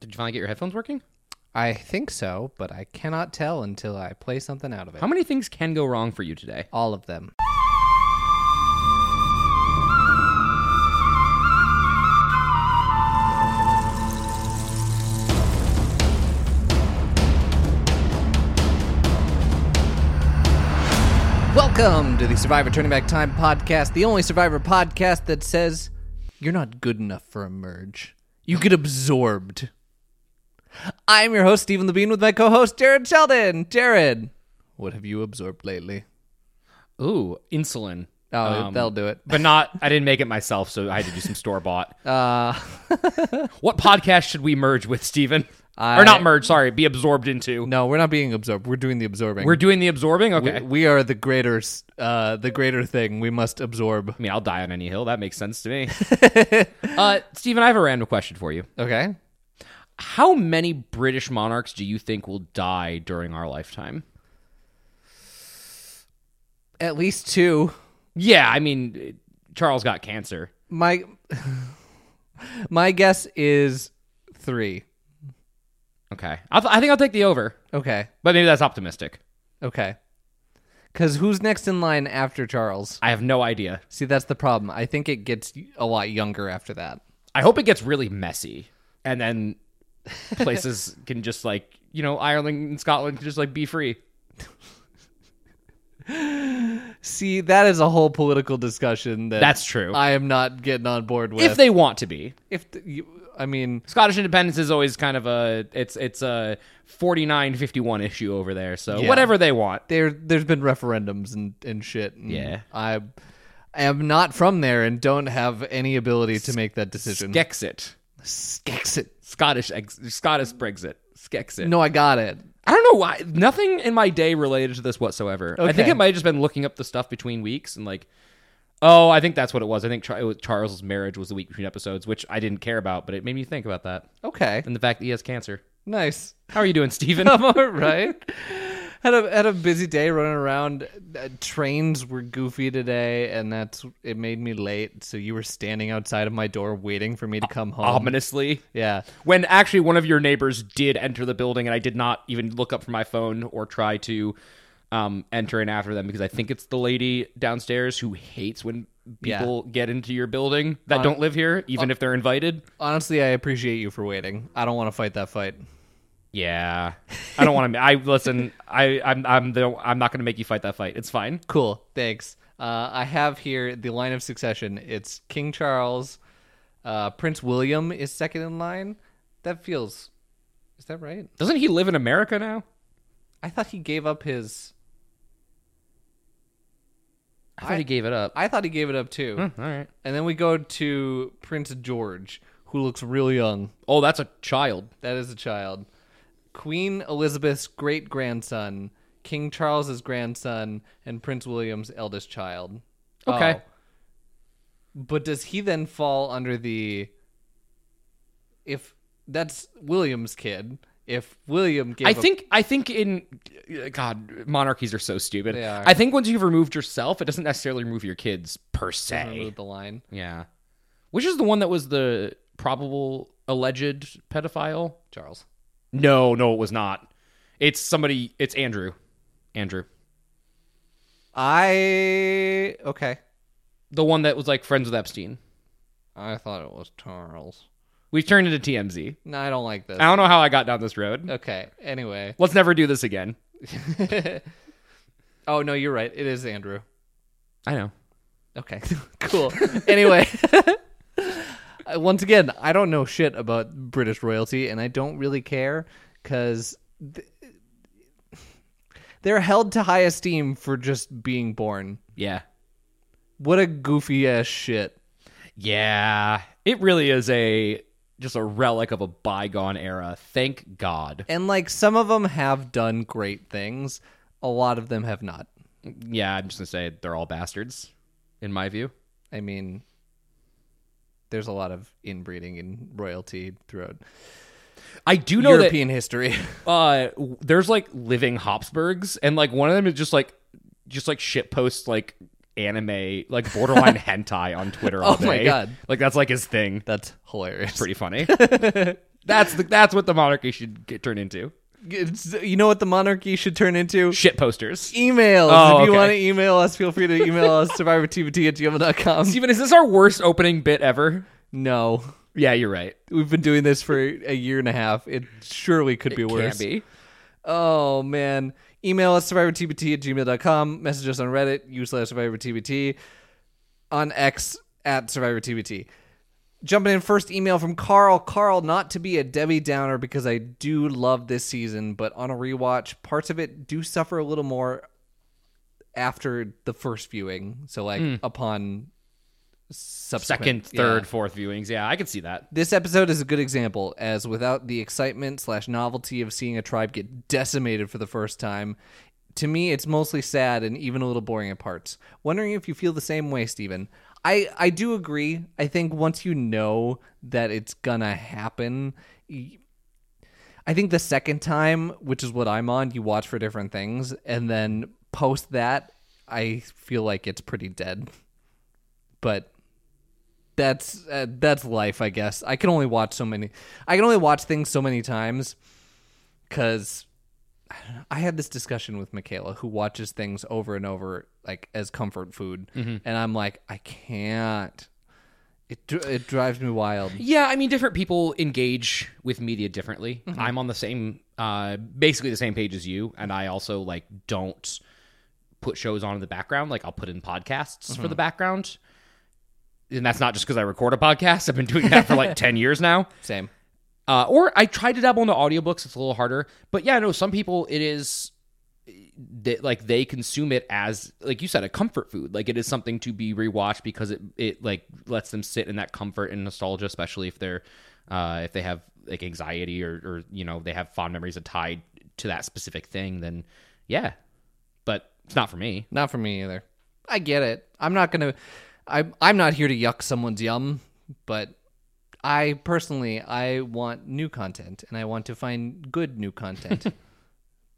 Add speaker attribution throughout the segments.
Speaker 1: Did you finally get your headphones working?
Speaker 2: I think so, but I cannot tell until I play something out of it.
Speaker 1: How many things can go wrong for you today?
Speaker 2: All of them. Welcome to the Survivor Turning Back Time podcast, the only Survivor podcast that says you're not good enough for a merge. You get absorbed. I'm your host, Stephen Levine, with my co host, Jared Sheldon. Jared, what have you absorbed lately?
Speaker 1: Ooh, insulin.
Speaker 2: Oh,
Speaker 1: Um,
Speaker 2: that'll do it.
Speaker 1: But not, I didn't make it myself, so I had to do some store bought. Uh, what podcast should we merge with, Steven?
Speaker 2: I-
Speaker 1: or not merge, sorry, be absorbed into.
Speaker 2: No, we're not being absorbed. We're doing the absorbing.
Speaker 1: We're doing the absorbing? Okay.
Speaker 2: we, we are the greater, s- uh, the greater thing. We must absorb.
Speaker 1: I mean, I'll die on any hill. That makes sense to me. uh, Steven, I have a random question for you.
Speaker 2: Okay.
Speaker 1: How many British monarchs do you think will die during our lifetime?
Speaker 2: At least two.
Speaker 1: Yeah, I mean, Charles got cancer.
Speaker 2: My, my guess is three.
Speaker 1: Okay. I'll, I think I'll take the over,
Speaker 2: Okay.
Speaker 1: but maybe that's optimistic.
Speaker 2: Okay. Because who's next in line after Charles?
Speaker 1: I have no idea.
Speaker 2: See, that's the problem. I think it gets a lot younger after that.
Speaker 1: I hope it gets really messy, and then places can just like you know Ireland and Scotland can just like be free.
Speaker 2: See, that is a whole political discussion that
Speaker 1: That's true.
Speaker 2: I am not getting on board with.
Speaker 1: If they want to be,
Speaker 2: if th- you, I mean,
Speaker 1: Scottish independence is always kind of a it's it's a forty nine fifty one issue over there. So
Speaker 2: Yeah.
Speaker 1: whatever they want.
Speaker 2: there there's been referendums and and shit. and
Speaker 1: Yeah.
Speaker 2: I am not from there and don't have any ability to make that decision.
Speaker 1: Skexit,
Speaker 2: Skexit.
Speaker 1: Scottish ex- Scottish Brexit, Skexit.
Speaker 2: No, I got it.
Speaker 1: I don't know why. Nothing in my day related to this whatsoever. I think
Speaker 2: Okay.
Speaker 1: it might have just been looking up the stuff between weeks and like, oh, I think that's what it was. I think Char- it was Charles's marriage was the week between episodes, which I didn't care about, but it made me think about that
Speaker 2: Okay,
Speaker 1: and the fact that he has cancer.
Speaker 2: nice.
Speaker 1: How are you doing, Steven?
Speaker 2: I'm all right. had a had a busy day running around. Uh, trains were goofy today, and that's it made me late. So you were standing outside of my door waiting for me to come home.
Speaker 1: Ominously.
Speaker 2: Yeah.
Speaker 1: When actually one of your neighbors did enter the building, and I did not even look up from my phone or try to um, enter in after them because I think it's the lady downstairs who hates when
Speaker 2: Yeah. Uh,
Speaker 1: people get into your building that don't live here, even if they're invited.
Speaker 2: Honestly, I appreciate you for waiting. I don't want to fight that fight.
Speaker 1: Yeah, I don't want to. I listen. I I'm I'm the I'm not going to make you fight that fight. It's fine.
Speaker 2: Cool. Thanks. Uh, I have here the line of succession. It's King Charles. Uh, Prince William is second in line. That feels. Is that right?
Speaker 1: Doesn't he live in America now?
Speaker 2: I thought he gave up his.
Speaker 1: I thought he gave it up.
Speaker 2: I thought he gave it up too.
Speaker 1: Hmm, All right.
Speaker 2: And then we go to Prince George, who looks real young.
Speaker 1: Oh, that's a child.
Speaker 2: That is a child. Queen Elizabeth's great grandson, King Charles's grandson, and Prince William's eldest child.
Speaker 1: Okay.
Speaker 2: Oh. But does he then fall under the if that's William's kid? If William gave
Speaker 1: I
Speaker 2: up-
Speaker 1: think I think in God monarchies are so stupid.
Speaker 2: They are.
Speaker 1: I think once you've removed yourself, it doesn't necessarily remove your kids per se.
Speaker 2: remove the line,
Speaker 1: Yeah. Which is the one that was the probable alleged pedophile?
Speaker 2: Charles.
Speaker 1: No, no, it was not. It's somebody. It's Andrew. Andrew.
Speaker 2: I okay.
Speaker 1: The one that was like friends with Epstein.
Speaker 2: I thought it was Charles.
Speaker 1: We've turned into TMZ.
Speaker 2: No, I don't like this.
Speaker 1: I don't know how I got down this road.
Speaker 2: Okay. Anyway.
Speaker 1: Let's never do this again.
Speaker 2: oh no, you're right. It is Andrew.
Speaker 1: I know.
Speaker 2: Okay, cool. anyway, Uh, once again, I don't know shit about British royalty, and I don't really care because they're held to high esteem for just being born.
Speaker 1: Yeah.
Speaker 2: What a goofy ass shit.
Speaker 1: Yeah. It really is a just a relic of a bygone era. Thank God.
Speaker 2: And like some of them have done great things, a lot of them have not.
Speaker 1: Yeah, I'm just gonna say they're all bastards, in my view.
Speaker 2: I mean, there's a lot of inbreeding in royalty throughout
Speaker 1: I do know
Speaker 2: European history.
Speaker 1: that uh, w- there's like living Habsburgs, and like one of them is just like just like shit posts like anime, like borderline hentai on Twitter. All
Speaker 2: Oh my
Speaker 1: day.
Speaker 2: God.
Speaker 1: Like that's like his thing.
Speaker 2: That's hilarious.
Speaker 1: Pretty funny. That's the, that's what the monarchy should get turned into.
Speaker 2: It's- you know what the monarchy should turn into?
Speaker 1: Shit posters.
Speaker 2: Emails.
Speaker 1: Oh,
Speaker 2: if you
Speaker 1: okay.
Speaker 2: want to email us, feel free to email us survivortvt at gmail.com.
Speaker 1: Steven, is this our worst opening bit ever?
Speaker 2: No.
Speaker 1: Yeah, you're right.
Speaker 2: We've been doing this for a year and a half. It surely could be
Speaker 1: Can't
Speaker 2: worse.
Speaker 1: be.
Speaker 2: Oh, man. Email us survivortbt at gmail.com. Message us on Reddit, u slash survivortbt. On X at survivortbt. Jumping in first email from Carl. Carl, not to be a Debbie Downer because I do love this season, but on a rewatch, parts of it do suffer a little more after the first viewing. So, like, upon
Speaker 1: Hmm.
Speaker 2: subsequent,
Speaker 1: Second, third, fourth viewings. Yeah, I can see that.
Speaker 2: this episode is a good example, as without the excitement slash novelty of seeing a tribe get decimated for the first time, to me it's mostly sad and even a little boring at parts. Wondering if you feel the same way, Steven. I, I do agree. I think once you know that it's gonna happen, y- I think the second time, which is what I'm on, you watch for different things, and then post that, I feel like it's pretty dead. But that's uh, that's life, I guess. I can only watch so many. I can only watch things so many times because I had this discussion with Michaela, who watches things over and over, like as comfort food, and I'm like, I can't. It dr- it drives me wild.
Speaker 1: Yeah, I mean, different people engage with media differently.
Speaker 2: Mm-hmm.
Speaker 1: I'm on the same, uh, basically the same page as you, and I also like don't put shows on in the background. Like I'll put in podcasts
Speaker 2: Mm-hmm.
Speaker 1: for the background, and that's not just because I record a podcast. I've been doing that for like ten years now.
Speaker 2: Same.
Speaker 1: Uh, or I try to dabble into audiobooks. It's a little harder, but yeah, no. Some people, it is that like they consume it as like you said, a comfort food. Like it is something to be rewatched because it it like lets them sit in that comfort and nostalgia, especially if they're uh, if they have like anxiety or or you know they have fond memories that tied to that specific thing. Then yeah, but it's not for me.
Speaker 2: Not for me either. I get it. I'm not gonna. I'm I'm not here to yuck someone's yum, but I personally I want new content and I want to find good new content.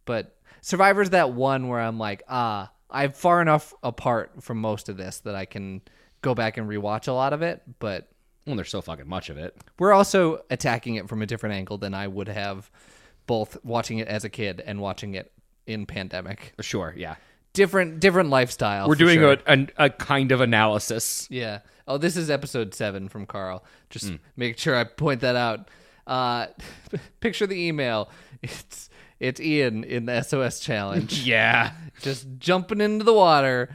Speaker 2: but Survivor's that one where I'm like, ah, I'm far enough apart from most of this that I can go back and rewatch a lot of it. But
Speaker 1: Well, there's so fucking much of it.
Speaker 2: we're also attacking it from a different angle than I would have, both watching it as a kid and watching it in pandemic.
Speaker 1: Sure, yeah.
Speaker 2: Different different lifestyle.
Speaker 1: We're
Speaker 2: for
Speaker 1: doing
Speaker 2: sure.
Speaker 1: a, a a kind of analysis.
Speaker 2: Yeah. Oh, this is episode seven from Carl. Just make sure I point that out. Uh, picture the email. It's it's Ian in the SOS challenge,
Speaker 1: Yeah.
Speaker 2: just jumping into the water.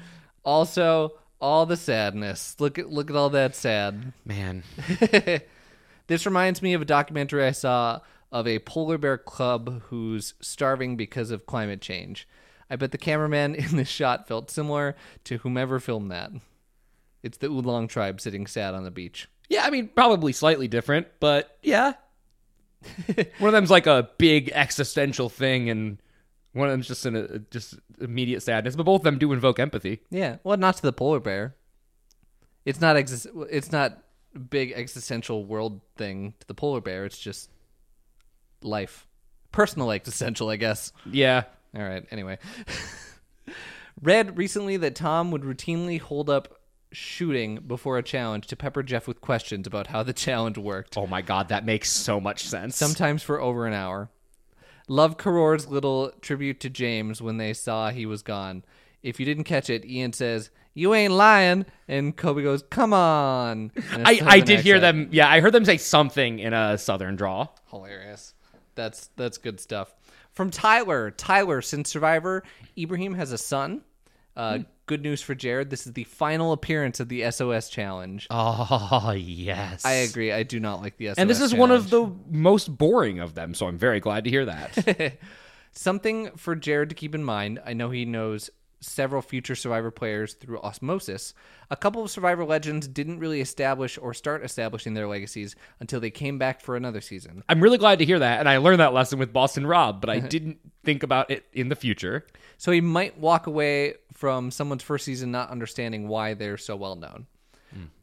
Speaker 2: Also, all the sadness. Look at look at all that sad.
Speaker 1: Man,
Speaker 2: This reminds me of a documentary I saw of a polar bear club who's starving because of climate change. I bet the cameraman in this shot felt similar to whomever filmed that. It's the Oolong tribe sitting sad on the beach.
Speaker 1: Yeah, I mean, probably slightly different, but yeah. one of them's like a big existential thing, and one of them's just in a just immediate sadness. But both of them do invoke empathy.
Speaker 2: Yeah, well, not to the polar bear. It's not exist. It's not a big existential world thing to the polar bear. It's just life, personal existential, I guess.
Speaker 1: Yeah,
Speaker 2: All right. Anyway, read recently that Tom would routinely hold up shooting before a challenge to pepper Jeff with questions about how the challenge worked,
Speaker 1: Oh my god, that makes so much sense.
Speaker 2: sometimes for over an hour. Love Caror's little tribute to James when they saw he was gone. If you didn't catch it, Ian says, "You ain't lying," and Kobe goes, "Come on." in a
Speaker 1: I, I
Speaker 2: southern
Speaker 1: did hear
Speaker 2: accent.
Speaker 1: them. Yeah, I heard them say something in a southern draw.
Speaker 2: hilarious. That's that's good stuff. From Tyler, Tyler, since Survivor, Ibrahim has a son.
Speaker 1: Hmm.
Speaker 2: Uh, Good news for Jared. This is the final appearance of the SOS challenge.
Speaker 1: Oh yes,
Speaker 2: I agree. I do not like the SOS.
Speaker 1: And this is one of the most boring of them, so I'm very glad to hear that.
Speaker 2: something for Jared to keep in mind. I know he knows several future Survivor players through osmosis. A couple of Survivor legends didn't really establish or start establishing their legacies until they came back for another season.
Speaker 1: I'm really glad to hear that, and I learned that lesson with Boston Rob, but I didn't think about it in the future.
Speaker 2: So he might walk away from someone's first season not understanding why they're so well known.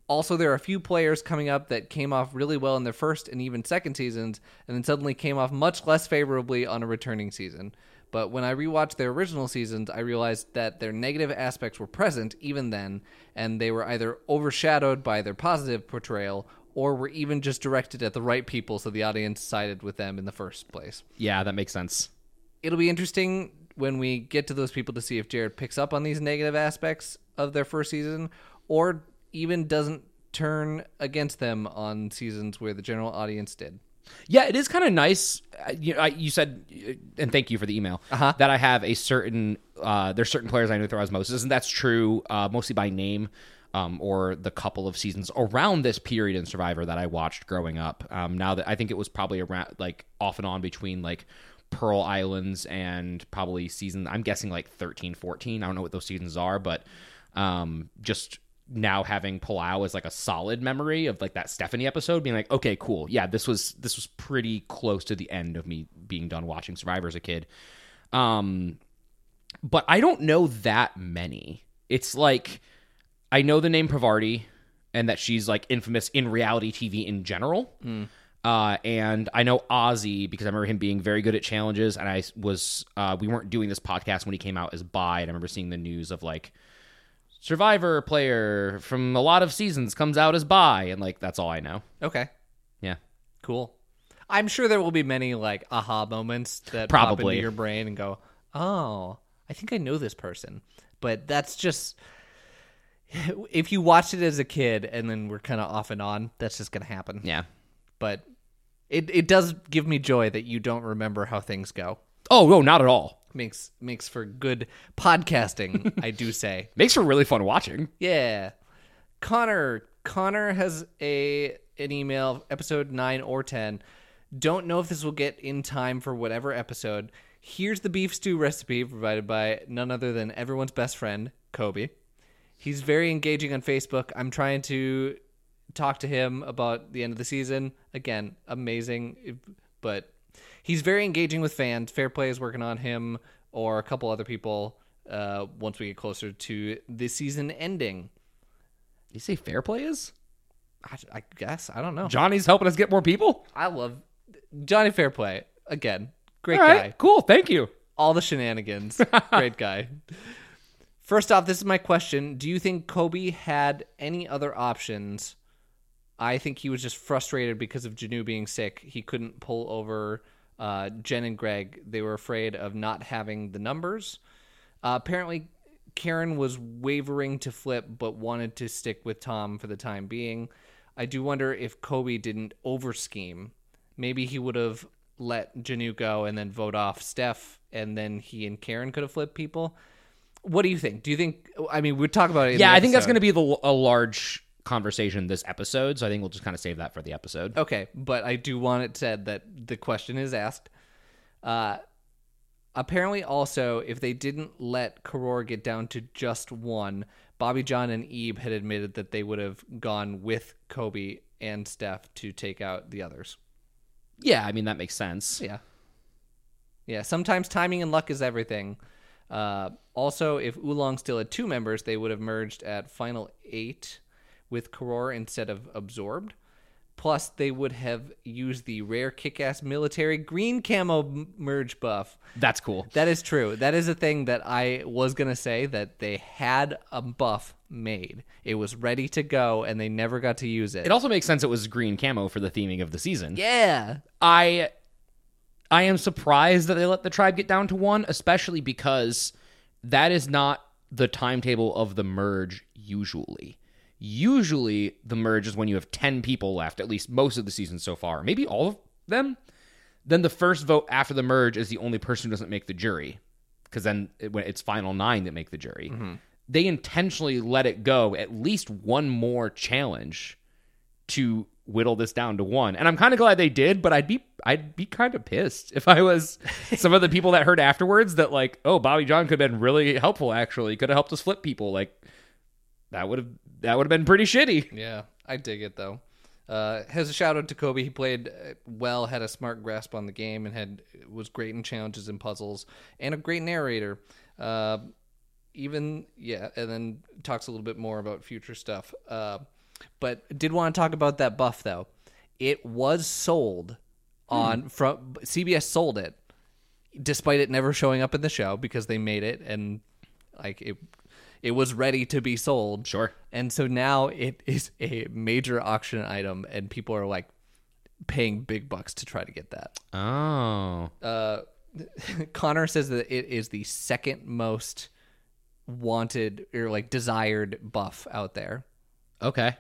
Speaker 2: Also, there are a few players coming up that came off really well in their first and even second seasons, and then suddenly came off much less favorably on a returning season. But when I rewatched their original seasons, I realized that their negative aspects were present even then, and they were either overshadowed by their positive portrayal or were even just directed at the right people so the audience sided with them in the first place.
Speaker 1: Yeah, that makes sense.
Speaker 2: It'll be interesting when we get to those people to see if Jared picks up on these negative aspects of their first season or even doesn't turn against them on seasons where the general audience did.
Speaker 1: Yeah, it is kind of nice. uh, You, I, you said, uh, and thank you for the email that I have a certain. Uh, there's certain players I knew through osmosis, and that's true uh, mostly by name. Um, or the couple of seasons around this period in Survivor that I watched growing up. Um, now that I think it was probably around like off and on between like Pearl Islands and probably season I'm guessing like 13, 14. I don't know what those seasons are, but um, just now having Palau as like a solid memory of like that Stephanie episode, being like, okay, cool, yeah, this was this was pretty close to the end of me being done watching Survivor as a kid. Um, but I don't know that many. It's like I know the name Pravarti and that she's like infamous in reality TV in general. Uh, and I know Ozzy because I remember him being very good at challenges. And I was, uh, we weren't doing this podcast when he came out as bi. And I remember seeing the news of like, Survivor player from a lot of seasons comes out as bi. And like, that's all I know.
Speaker 2: Okay.
Speaker 1: Yeah.
Speaker 2: Cool. I'm sure there will be many like aha moments that pop
Speaker 1: Probably.
Speaker 2: into your brain and go, "Oh, I think I know this person." But that's just if you watched it as a kid and then we're kind of off and on, that's just going to happen.
Speaker 1: Yeah.
Speaker 2: But it it does give me joy that you don't remember how things go.
Speaker 1: Oh, no, not at all.
Speaker 2: Makes makes for good podcasting, I do say.
Speaker 1: Makes for really fun watching.
Speaker 2: Yeah. Connor Connor has a an email episode 9 or 10. Don't know if this will get in time for whatever episode. Here's the beef stew recipe provided by none other than everyone's best friend, Kobe. He's very engaging on Facebook. I'm trying to talk to him about the end of the season. Again, amazing, but he's very engaging with fans. Fair Play is working on him or a couple other people uh, once we get closer to the season ending.
Speaker 1: You say fair play is?
Speaker 2: I, I guess I don't know.
Speaker 1: Johnny's helping us get more people?
Speaker 2: I love Johnny Fairplay again. Great
Speaker 1: All
Speaker 2: guy.
Speaker 1: right, cool. Thank you.
Speaker 2: All the shenanigans. Great guy. First off, this is my question. Do you think Kobe had any other options? I think he was just frustrated because of Janu being sick. He couldn't pull over uh, Jen and Greg. They were afraid of not having the numbers. Uh, apparently, Karen was wavering to flip, but wanted to stick with Tom for the time being. I do wonder if Kobe didn't over scheme. Maybe he would have let Janu go and then vote off Steph, and then he and Karen could have flipped people. What do you think? Do you think? I mean, we'll talk about it. in
Speaker 1: Yeah,
Speaker 2: the
Speaker 1: I think that's
Speaker 2: episode.
Speaker 1: going to be the, a large conversation this episode. So I think we'll just kind of save that for the episode.
Speaker 2: Okay, but I do want it said that the question is asked. Uh, apparently, also, if they didn't let Karor get down to just one, Bobby John and Ebe had admitted that they would have gone with Kobe and Steph to take out the others.
Speaker 1: Yeah, I mean that makes sense.
Speaker 2: Yeah. Yeah, sometimes timing and luck is everything. Uh, also, if Oolong still had two members, they would have merged at final eight with Karor instead of absorbed. Plus, they would have used the rare kick ass military green camo m- merge buff.
Speaker 1: That's cool.
Speaker 2: That is true. That is a thing that I was going to say that they had a buff made. It was ready to go, and they never got to use it.
Speaker 1: It also makes sense it was green camo for the theming of the season.
Speaker 2: yeah.
Speaker 1: I I am surprised that they let the tribe get down to one, especially because that is not the timetable of the merge usually. Usually the merge is when you have 10 people left, at least most of the season so far, maybe all of them. Then the first vote after the merge is the only person who doesn't make the jury because then it, when it's final 9 that make the jury. They intentionally let it go at least one more challenge to whittle this down to one. And I'm kind of glad they did, but I'd be I'd be kind of pissed if I was some of the people that heard afterwards that like, oh, Bobby John could have been really helpful actually. Could have helped us flip people. Like that would have that would have been pretty shitty.
Speaker 2: Yeah, I dig it though. Uh, has a shout out to Kobe. He played uh, well, had a smart grasp on the game, and had was great in challenges and puzzles, and a great narrator. Uh, even yeah, and then talks a little bit more about future stuff. Uh, but did want to talk about that buff though. It was sold on from CBS sold it, despite it never showing up in the show because they made it and Like it it was ready to be sold.
Speaker 1: Sure.
Speaker 2: And so now it is a major auction item and people are like paying big bucks to try to get that.
Speaker 1: Oh.
Speaker 2: Uh Connor says that it is the second most wanted or like desired buff out there.
Speaker 1: Okay.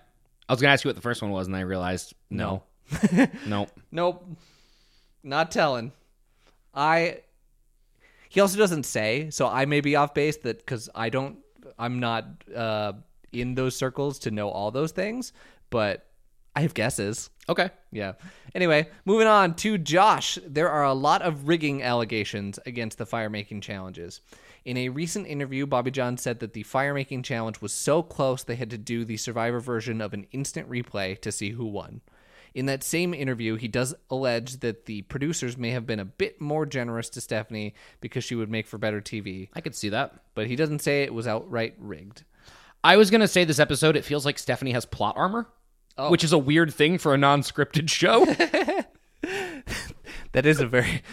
Speaker 1: I was gonna ask you what the first one was, and I realized no, no.
Speaker 2: Nope. Not telling. I. He also doesn't say, so I may be off base that because I don't, I'm not uh, in those circles to know all those things, but I have guesses.
Speaker 1: Okay.
Speaker 2: Yeah. Anyway, moving on to Josh. There are a lot of rigging allegations against the firemaking challenges. In a recent interview, Bobby John said that the firemaking challenge was so close they had to do the survivor version of an instant replay to see who won. In that same interview, he does allege that the producers may have been a bit more generous to Stephanie because she would make for better TV,
Speaker 1: I could see that.
Speaker 2: but he doesn't say it was outright rigged.
Speaker 1: I was gonna say this episode. It feels like Stephanie has plot armor, which is a weird thing for a non-scripted show.
Speaker 2: That is a very.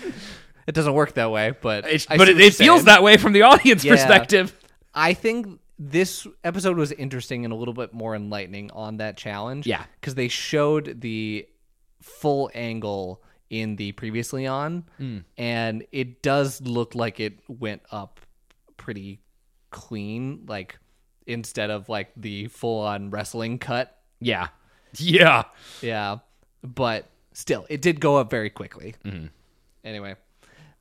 Speaker 2: It doesn't work that way, but
Speaker 1: It's,
Speaker 2: I
Speaker 1: but
Speaker 2: see
Speaker 1: it,
Speaker 2: what you're
Speaker 1: it feels
Speaker 2: saying.
Speaker 1: that way from the audience
Speaker 2: Yeah.
Speaker 1: perspective.
Speaker 2: I think this episode was interesting and a little bit more enlightening on that challenge.
Speaker 1: Yeah.
Speaker 2: Because they showed the full angle in the previously on, and it does look like it went up pretty clean, like instead of like the full on wrestling cut.
Speaker 1: Yeah. Yeah.
Speaker 2: Yeah. But still, it did go up very quickly. Anyway,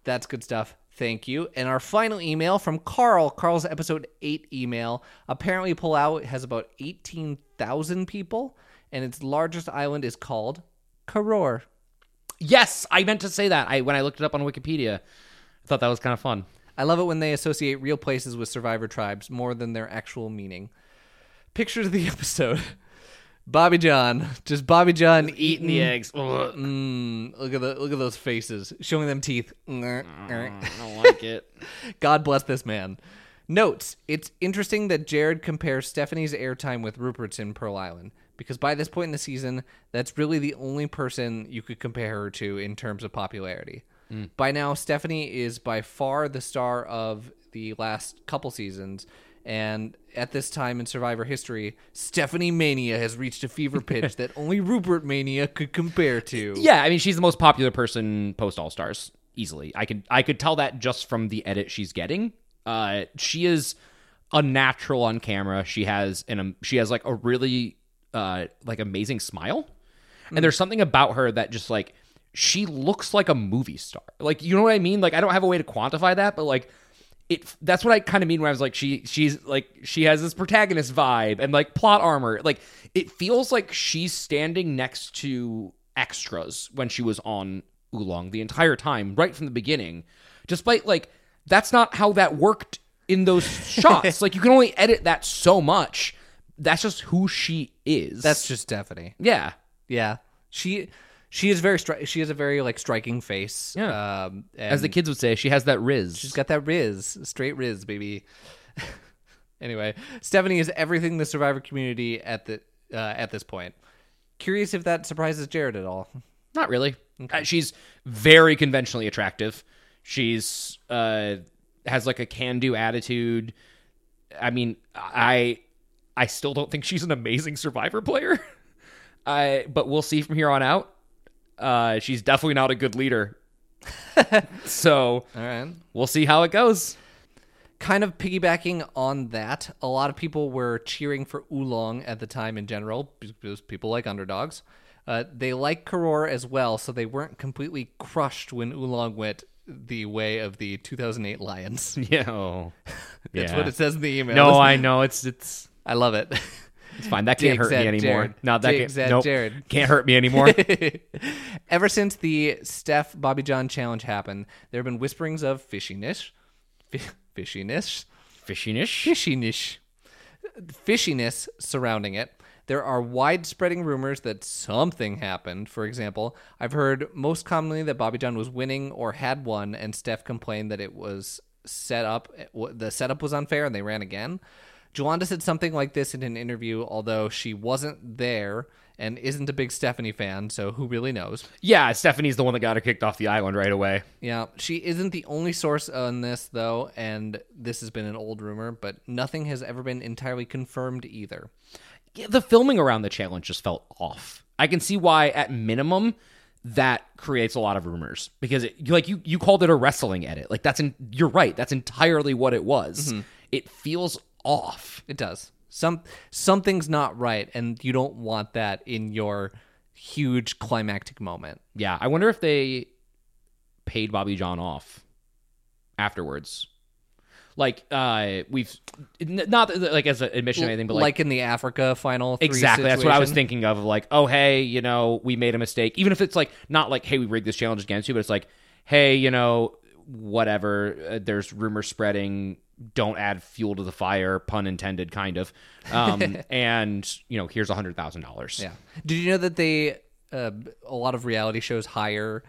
Speaker 2: that's good stuff. Thank you. And our final email from Carl, Carl's episode 8 email. Apparently, Palau has about 18,000 people, and its largest island is called Karor.
Speaker 1: Yes, I meant to say that. I when I looked it up on Wikipedia, I thought that was kind of fun.
Speaker 2: I love it when they associate real places with survivor tribes more than their actual meaning. Pictures of the episode Bobby John, just Bobby John eating
Speaker 1: the eggs. Ugh,
Speaker 2: Mm, look at the look at those faces, showing them teeth.
Speaker 1: I don't like it.
Speaker 2: God bless this man. Notes: It's interesting that Jared compares Stephanie's airtime with Rupert's in Pearl Island because by this point in the season, that's really the only person you could compare her to in terms of popularity. By now, Stephanie is by far the star of the last couple seasons. And at this time in Survivor history, Stephanie Mania has reached a fever pitch that only Rupert Mania could compare to.
Speaker 1: Yeah, I mean she's the most popular person post All Stars easily. I could I could tell that just from the edit she's getting. Uh, she is unnatural on camera. She has an um, she has like a really uh like amazing smile, and there's something about her that just like she looks like a movie star. Like you know what I mean? Like I don't have a way to quantify that, but like. It, that's what I kind of mean when I was like she she's like she has this protagonist vibe and like plot armor like it feels like she's standing next to extras when she was on Oolong the entire time, right from the beginning. Despite like that's not how that worked in those shots. like you can only edit that so much. That's just who she is.
Speaker 2: That's just Stephanie.
Speaker 1: yeah.
Speaker 2: Yeah, she she is very stri- she has a very like striking face.
Speaker 1: Yeah.
Speaker 2: um,
Speaker 1: As the kids would say, she has that riz.
Speaker 2: she's got that riz, straight riz, baby. anyway, Stephanie is everything the Survivor community at the uh, at this point. Curious if that surprises Jared at all.
Speaker 1: Not really. Uh, she's very conventionally attractive. She's uh has like a can-do attitude. I mean, I I still don't think she's an amazing survivor player. I but we'll see from here on out. Uh she's definitely not a good leader. so,
Speaker 2: All right.
Speaker 1: we'll see how it goes.
Speaker 2: kind of piggybacking on that, a lot of people were cheering for Oolong at the time in general because people like underdogs. Uh, they like Karor as well, so they weren't completely crushed when Oolong went the way of the 2008 Lions.
Speaker 1: Yeah. Oh.
Speaker 2: That's what it says in the email.
Speaker 1: No, I know it's it's
Speaker 2: I love it.
Speaker 1: it's fine. That can't hurt
Speaker 2: Digs
Speaker 1: me
Speaker 2: at
Speaker 1: anymore.
Speaker 2: Jared.
Speaker 1: No, that
Speaker 2: Digs
Speaker 1: can't,
Speaker 2: at
Speaker 1: nope.
Speaker 2: Jared.
Speaker 1: can't hurt me anymore.
Speaker 2: Ever since the Steph Bobby John challenge happened, there have been whisperings of fishiness, F- fishiness,
Speaker 1: Fishinish.
Speaker 2: fishiness, fishiness surrounding it. There are widespreading rumors that something happened. For example, I've heard most commonly that Bobby John was winning or had won, and Steph complained that it was set up. The setup was unfair, and they ran again. Jolanda said something like this in an interview, although she wasn't there, and isn't a big Stephanie fan, so who really knows?
Speaker 1: Yeah, Stephanie's the one that got her kicked off the island right away.
Speaker 2: Yeah, she isn't the only source on this, though, and this has been an old rumor, but nothing has ever been entirely confirmed either.
Speaker 1: Yeah, the filming around the challenge just felt off. I can see why, at minimum, that creates a lot of rumors because, it, like you, you called it a wrestling edit. Like that's in, you're right. That's entirely what it was. It feels off.
Speaker 2: It does. Some something's not right, and you don't want that in your huge climactic moment.
Speaker 1: Yeah, I wonder if they paid Bobby John off afterwards. Like uh, we've n- not that- like as an admission or anything, but
Speaker 2: like,
Speaker 1: like
Speaker 2: in the Africa final. three
Speaker 1: Exactly. That's what I was
Speaker 2: situation.
Speaker 1: thinking of. Like, oh, hey, you know, we made a mistake. Even if it's like, not like, hey, we rigged this challenge against you, but it's like, hey, you know, whatever. Uh, there's rumors spreading. Don't add fuel to the fire, pun intended, kind of. Um, and, you know, here's a $100,000.
Speaker 2: Yeah. Did you know that they uh, a lot of reality shows hire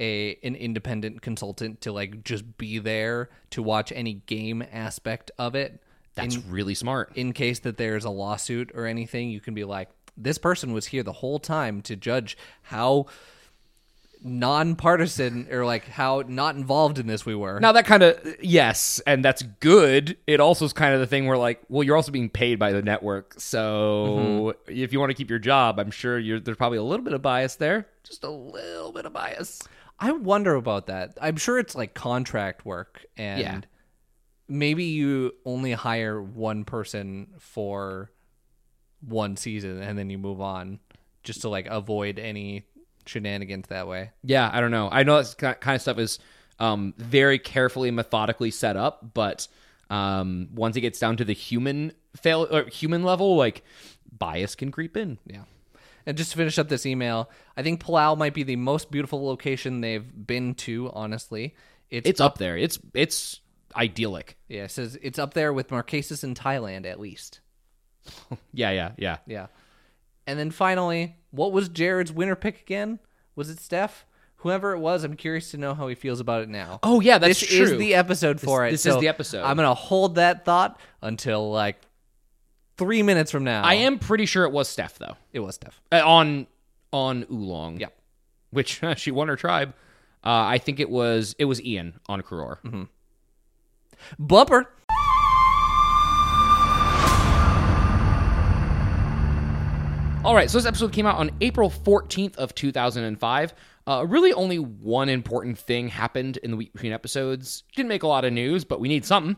Speaker 2: a an independent consultant to like just be there to watch any game aspect of it
Speaker 1: That's really smart.
Speaker 2: in case that there's a lawsuit or anything. You can be like, this person was here the whole time to judge how nonpartisan or like how not involved in this we were.
Speaker 1: Now that kind of yes, and that's good. It also is kind of the thing where like, well, you're also being paid by the network, so
Speaker 2: Mm-hmm.
Speaker 1: if you want to keep your job, I'm sure you're, there's probably a little bit of bias there, just a little bit of bias.
Speaker 2: I wonder about that. I'm sure it's like contract work and
Speaker 1: Yeah.
Speaker 2: maybe you only hire one person for one season and then you move on just to like avoid any shenanigans that way.
Speaker 1: Yeah, I don't know. I know that ki- kind of stuff is um, very carefully and methodically set up, but um, once it gets down to the human fail or human level, like bias can creep in.
Speaker 2: Yeah. And just to finish up this email, I think Palau might be the most beautiful location they've been to, honestly. It's,
Speaker 1: It's up there. It's it's idyllic.
Speaker 2: yeah, it says it's up there with Marquesas in Thailand at least.
Speaker 1: Yeah, yeah, yeah.
Speaker 2: Yeah. And then finally, what was Jared's winner pick again? Was it Steph? Whoever it was, I'm curious to know how he feels about it now.
Speaker 1: Oh yeah, that's
Speaker 2: this
Speaker 1: true.
Speaker 2: is the episode for it.
Speaker 1: this is
Speaker 2: so
Speaker 1: the episode.
Speaker 2: I'm gonna hold that thought until like three minutes from now.
Speaker 1: I am pretty sure it was Steph though.
Speaker 2: It was Steph.
Speaker 1: Uh, on on Oolong.
Speaker 2: Yep.
Speaker 1: Which she won her tribe. Uh, I think it was it was Ian on Kuror.
Speaker 2: Bumper.
Speaker 1: All right, so this episode came out on April 14th of 2005. Uh, really only one important thing happened in the week between episodes. Didn't make a lot of news, but we need something.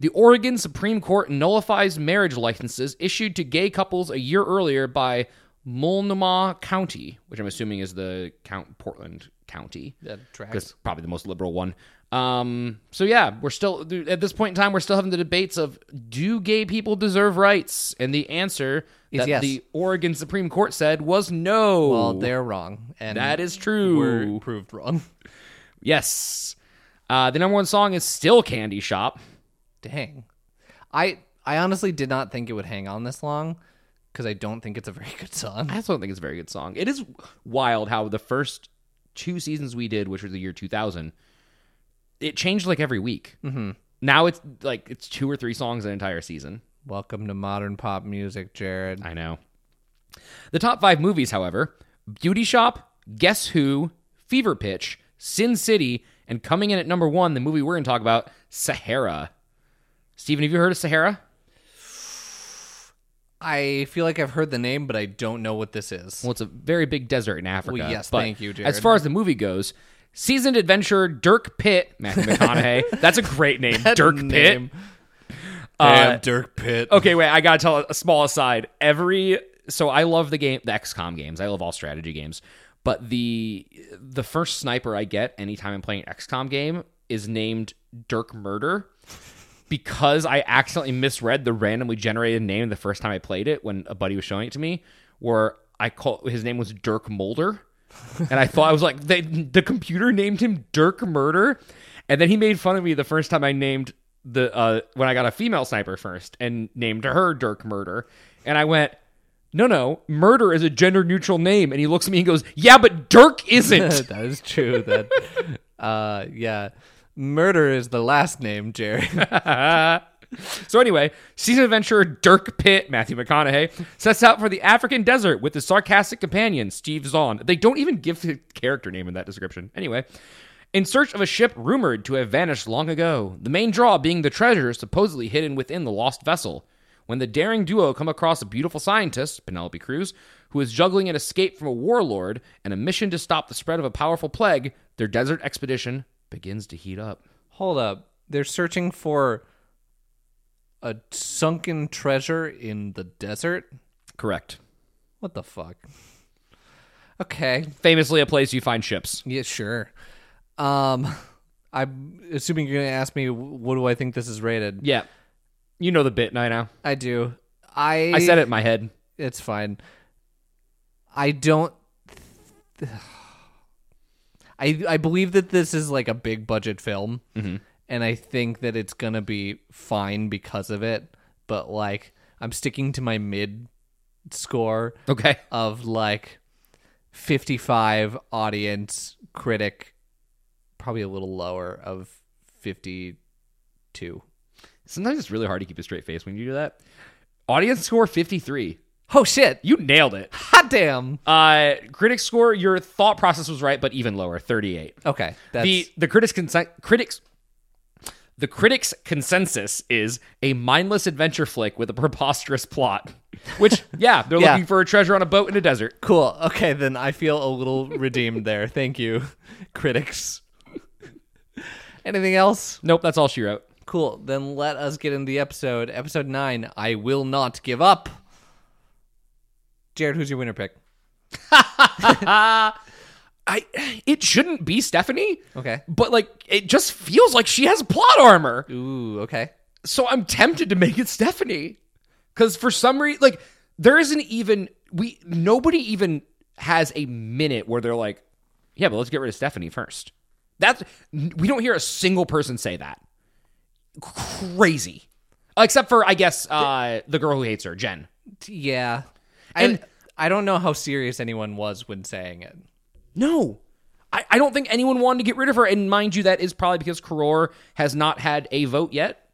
Speaker 1: The Oregon Supreme Court nullifies marriage licenses issued to gay couples a year earlier by Multnomah County, which I'm assuming is the count Portland County.
Speaker 2: That
Speaker 1: That's
Speaker 2: tracks.
Speaker 1: probably the most liberal one. Um, so yeah, we're still at this point in time, we're still having the debates of do gay people deserve rights, and the answer
Speaker 2: Is
Speaker 1: that
Speaker 2: yes.
Speaker 1: the Oregon Supreme Court said was no.
Speaker 2: Well, they're wrong, and
Speaker 1: that is true.
Speaker 2: were proved wrong.
Speaker 1: Yes, uh, the number one song is still "Candy Shop."
Speaker 2: Dang. I I honestly did not think it would hang on this long because I don't think it's a very good song.
Speaker 1: I also don't think it's a very good song. It is wild how the first two seasons we did, which was the year 2000, it changed like every week. Mm-hmm. Now it's like it's two or three songs an entire season.
Speaker 2: Welcome to modern pop music, Jared.
Speaker 1: I know. The top five movies, however Beauty Shop, Guess Who, Fever Pitch, Sin City, and coming in at number one, the movie we're going to talk about, Sahara. Steven, have you heard of Sahara?
Speaker 2: I feel like I've heard the name, but I don't know what this is.
Speaker 1: Well, it's a very big desert in Africa.
Speaker 2: Well, yes,
Speaker 1: but
Speaker 2: thank you, Jared.
Speaker 1: As far as the movie goes, seasoned adventurer Dirk Pitt, Matthew McConaughey. that's a great name, Dirk Pitt.
Speaker 2: Name. Damn, Dirk Pitt.
Speaker 1: uh, Okay, wait. I gotta tell a small aside. Every so I love the game, the XCOM games. I love all strategy games. But the the first sniper I get anytime I'm playing an XCOM game is named Dirk Murder because I accidentally misread the randomly generated name the first time I played it when a buddy was showing it to me. Where I call his name was Dirk Mulder, and I thought I was like they, the computer named him Dirk Murder, and then he made fun of me the first time I named the uh, when I got a female sniper first and named her Dirk Murder, and I went. No, no. Murder is a gender neutral name. And he looks at me and goes, Yeah, but Dirk isn't.
Speaker 2: that is true. That, uh, yeah, murder is the last name, Jared.
Speaker 1: Uh, So anyway, season adventurer Dirk Pitt, Matthew McConaughey, sets out for the African desert with his sarcastic companion Steve Zahn. They don't even give his character name in that description. Anyway, in search of a ship rumored to have vanished long ago, the main draw being the treasure supposedly hidden within the lost vessel. When the daring duo come across a beautiful scientist, Penelope Cruz, who is juggling an escape from a warlord and a mission to stop the spread of a powerful plague, their desert expedition begins to heat up.
Speaker 2: Hold up. They're searching for a sunken treasure in the desert?
Speaker 1: Correct.
Speaker 2: What the fuck? Okay.
Speaker 1: Famously, a place you find ships.
Speaker 2: Yeah, sure. Um I'm assuming you're going to ask me what do I think this is rated.
Speaker 1: Yeah. You know the bit by now.
Speaker 2: I do. I
Speaker 1: I said it in my head.
Speaker 2: It's fine. I don't I I believe that this is like a big budget film.
Speaker 1: Mm-hmm.
Speaker 2: And I think that it's going to be fine because of it, but like I'm sticking to my mid score
Speaker 1: Okay.
Speaker 2: of like 55 audience critic probably a little lower of 52
Speaker 1: Sometimes it's really hard to keep a straight face when you do that. Audience score 53.
Speaker 2: oh shit
Speaker 1: You nailed it.
Speaker 2: hot damn
Speaker 1: Uh, critic score, your thought process was right, but even lower, 38.
Speaker 2: okay that's
Speaker 1: The the critics consen- critics the critics consensus is a mindless adventure flick with a preposterous plot. Which, yeah, they're
Speaker 2: Yeah.
Speaker 1: looking for a treasure on a boat in a desert.
Speaker 2: cool okay then i feel a little redeemed there thank you critics anything else
Speaker 1: Nope, that's all she wrote.
Speaker 2: cool then let us get into the episode episode 9 i will not give up jared who's your winner pick
Speaker 1: I it shouldn't be Stephanie,
Speaker 2: okay
Speaker 1: but like it just feels like she has plot armor.
Speaker 2: ooh okay
Speaker 1: so I'm tempted to make it Stephanie because for some reason, like there isn't even we nobody even has a minute where they're like, yeah, but let's get rid of Stephanie first. That's we don't hear a single person say that. Crazy, except for I guess uh, the girl who hates her, Jen.
Speaker 2: Yeah.
Speaker 1: And-
Speaker 2: I, I don't know how serious anyone was when saying it.
Speaker 1: No. I, I don't think anyone wanted to get rid of her. And mind you, that is probably because Karor has not had a vote yet.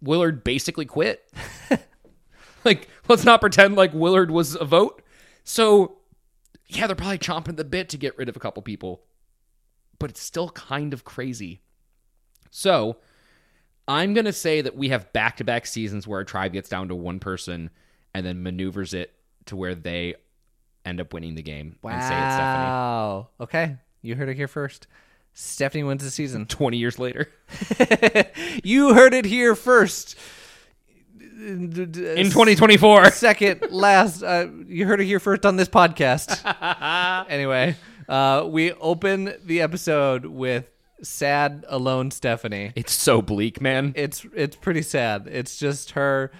Speaker 1: Willard basically quit. like, let's not pretend like Willard was a vote. So, yeah, they're probably chomping at the bit to get rid of a couple people. But it's still kind of crazy. So, I'm going to say that we have back to back seasons where a tribe gets down to one person and then maneuvers it to where they end up winning the game and say it's Stephanie.
Speaker 2: Wow. Okay. You heard it here first. Stephanie wins the season.
Speaker 1: 20 years later.
Speaker 2: you heard it here first. In
Speaker 1: 2024.
Speaker 2: Second, last, uh, you heard it here first on this podcast. anyway, uh, we open the episode with sad, alone Stephanie.
Speaker 1: It's so bleak, man.
Speaker 2: it's it's pretty sad. It's just her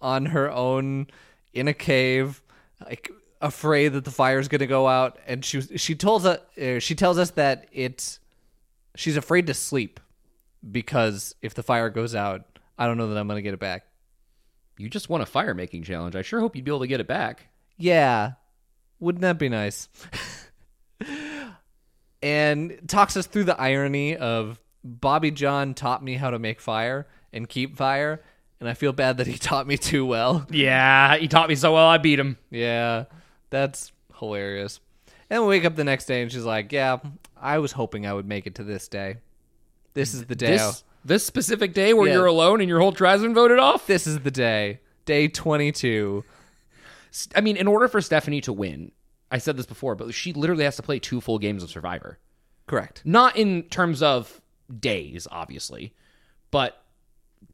Speaker 2: on her own in a cave, like afraid that the fire's gonna go out, and she was- she tells us er, she tells us that it's she's afraid to sleep because if the fire goes out, I don't know that I'm gonna get it back.
Speaker 1: You just won a fire making challenge. I sure hope you'd be able to get it back.
Speaker 2: Yeah, wouldn't that be nice? and talks us through the irony of Bobby John taught me how to make fire and keep fire. And I feel bad that he taught me too well.
Speaker 1: Yeah, he taught me so well, I beat him.
Speaker 2: Yeah, that's hilarious. And we wake up the next day and she's like, Yeah, I was hoping I would make it to this day. This is the day.
Speaker 1: This, this specific day where
Speaker 2: Yeah.
Speaker 1: you're alone and your whole tribe's been voted off?
Speaker 2: this is the day. Day 22.
Speaker 1: S- I mean, in order for Stephanie to win, I said this before, but she literally has to play two full games of Survivor.
Speaker 2: Correct.
Speaker 1: Not in terms of days, obviously, but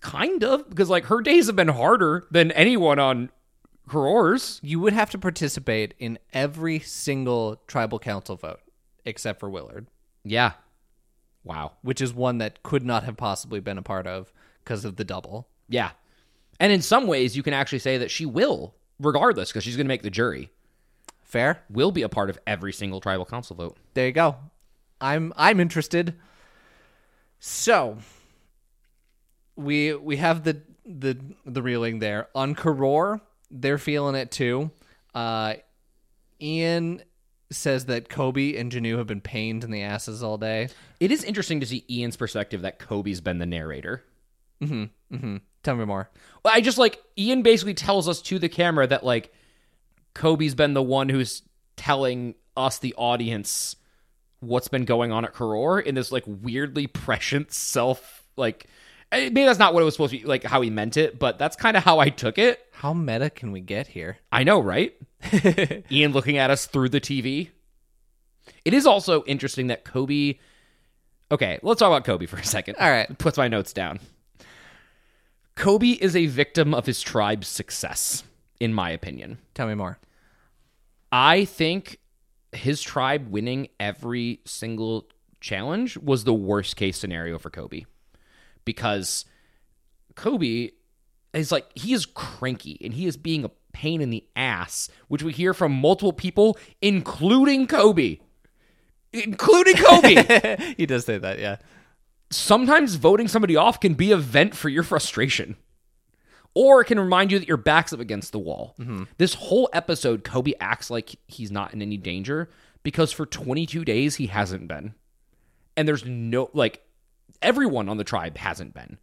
Speaker 1: kind of, because like her days have been harder than anyone on Karor's.
Speaker 2: You would have to participate in every single tribal council vote except for Willard,
Speaker 1: Yeah. Wow.
Speaker 2: which is one that could not have possibly been a part of because of the double.
Speaker 1: Yeah. And in some ways, you can actually say that she will, regardless, because she's going to make the jury,
Speaker 2: Fair?
Speaker 1: will be a part of every single tribal council vote.
Speaker 2: There you go. I'm I'm interested. So we we have the the the reeling there on Karor. They're feeling it too. Uh, Ian says that Kobe and Janu have been pained in the asses all day.
Speaker 1: It is interesting to see Ian's perspective that Kobe's been the narrator.
Speaker 2: Mm-hmm. Tell me more.
Speaker 1: I just like Ian basically tells us to the camera that like Kobe's been the one who's telling us the audience what's been going on at Karor in this like weirdly prescient self like eh, maybe that's not what it was supposed to be like how he meant it, but that's kind of how I took it.
Speaker 2: How meta can we get here?
Speaker 1: I know, right? Ian looking at us through the TV. It is also interesting that Kobe. Okay, let's talk about Kobe for a second.
Speaker 2: All right.
Speaker 1: Puts my notes down. Kobe is a victim of his tribe's success, in my opinion.
Speaker 2: Tell me more.
Speaker 1: I think his tribe winning every single challenge was the worst case scenario for Kobe because Kobe is like, he is cranky and he is being a pain in the ass, which we hear from multiple people, including Kobe. Including Kobe.
Speaker 2: he does say that, yeah.
Speaker 1: sometimes voting somebody off can be a vent for your frustration or it can remind you that your back's up against the wall. This whole episode, Kobe acts like he's not in any danger because for 22 days he hasn't been. And there's no, like, everyone on the tribe hasn't been.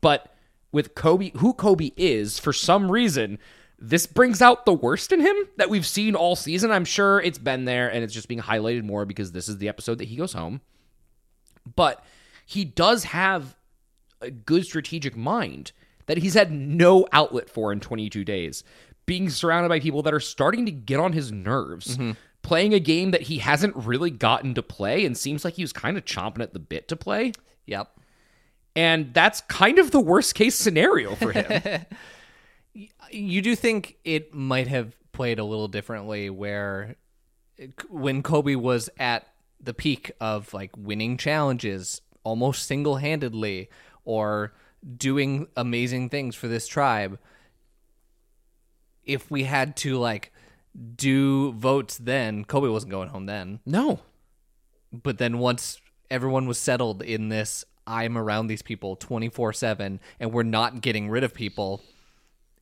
Speaker 1: But with Kobe, who Kobe is, for some reason, this brings out the worst in him that we've seen all season. I'm sure it's been there and it's just being highlighted more because this is the episode that he goes home but he does have a good strategic mind that he's had no outlet for in 22 days being surrounded by people that are starting to get on his nerves playing a game that he hasn't really gotten to play and seems like he was kind of chomping at the bit to play
Speaker 2: Yep.
Speaker 1: and that's kind of the worst case scenario for him
Speaker 2: You do think it might have played a little differently where when Kobe was at the peak of like winning challenges almost single handedly or doing amazing things for this tribe, if we had to like do votes then, Kobe wasn't going home then.
Speaker 1: no
Speaker 2: but then once everyone was settled in this i'm around these people 24-7 and we're not getting rid of people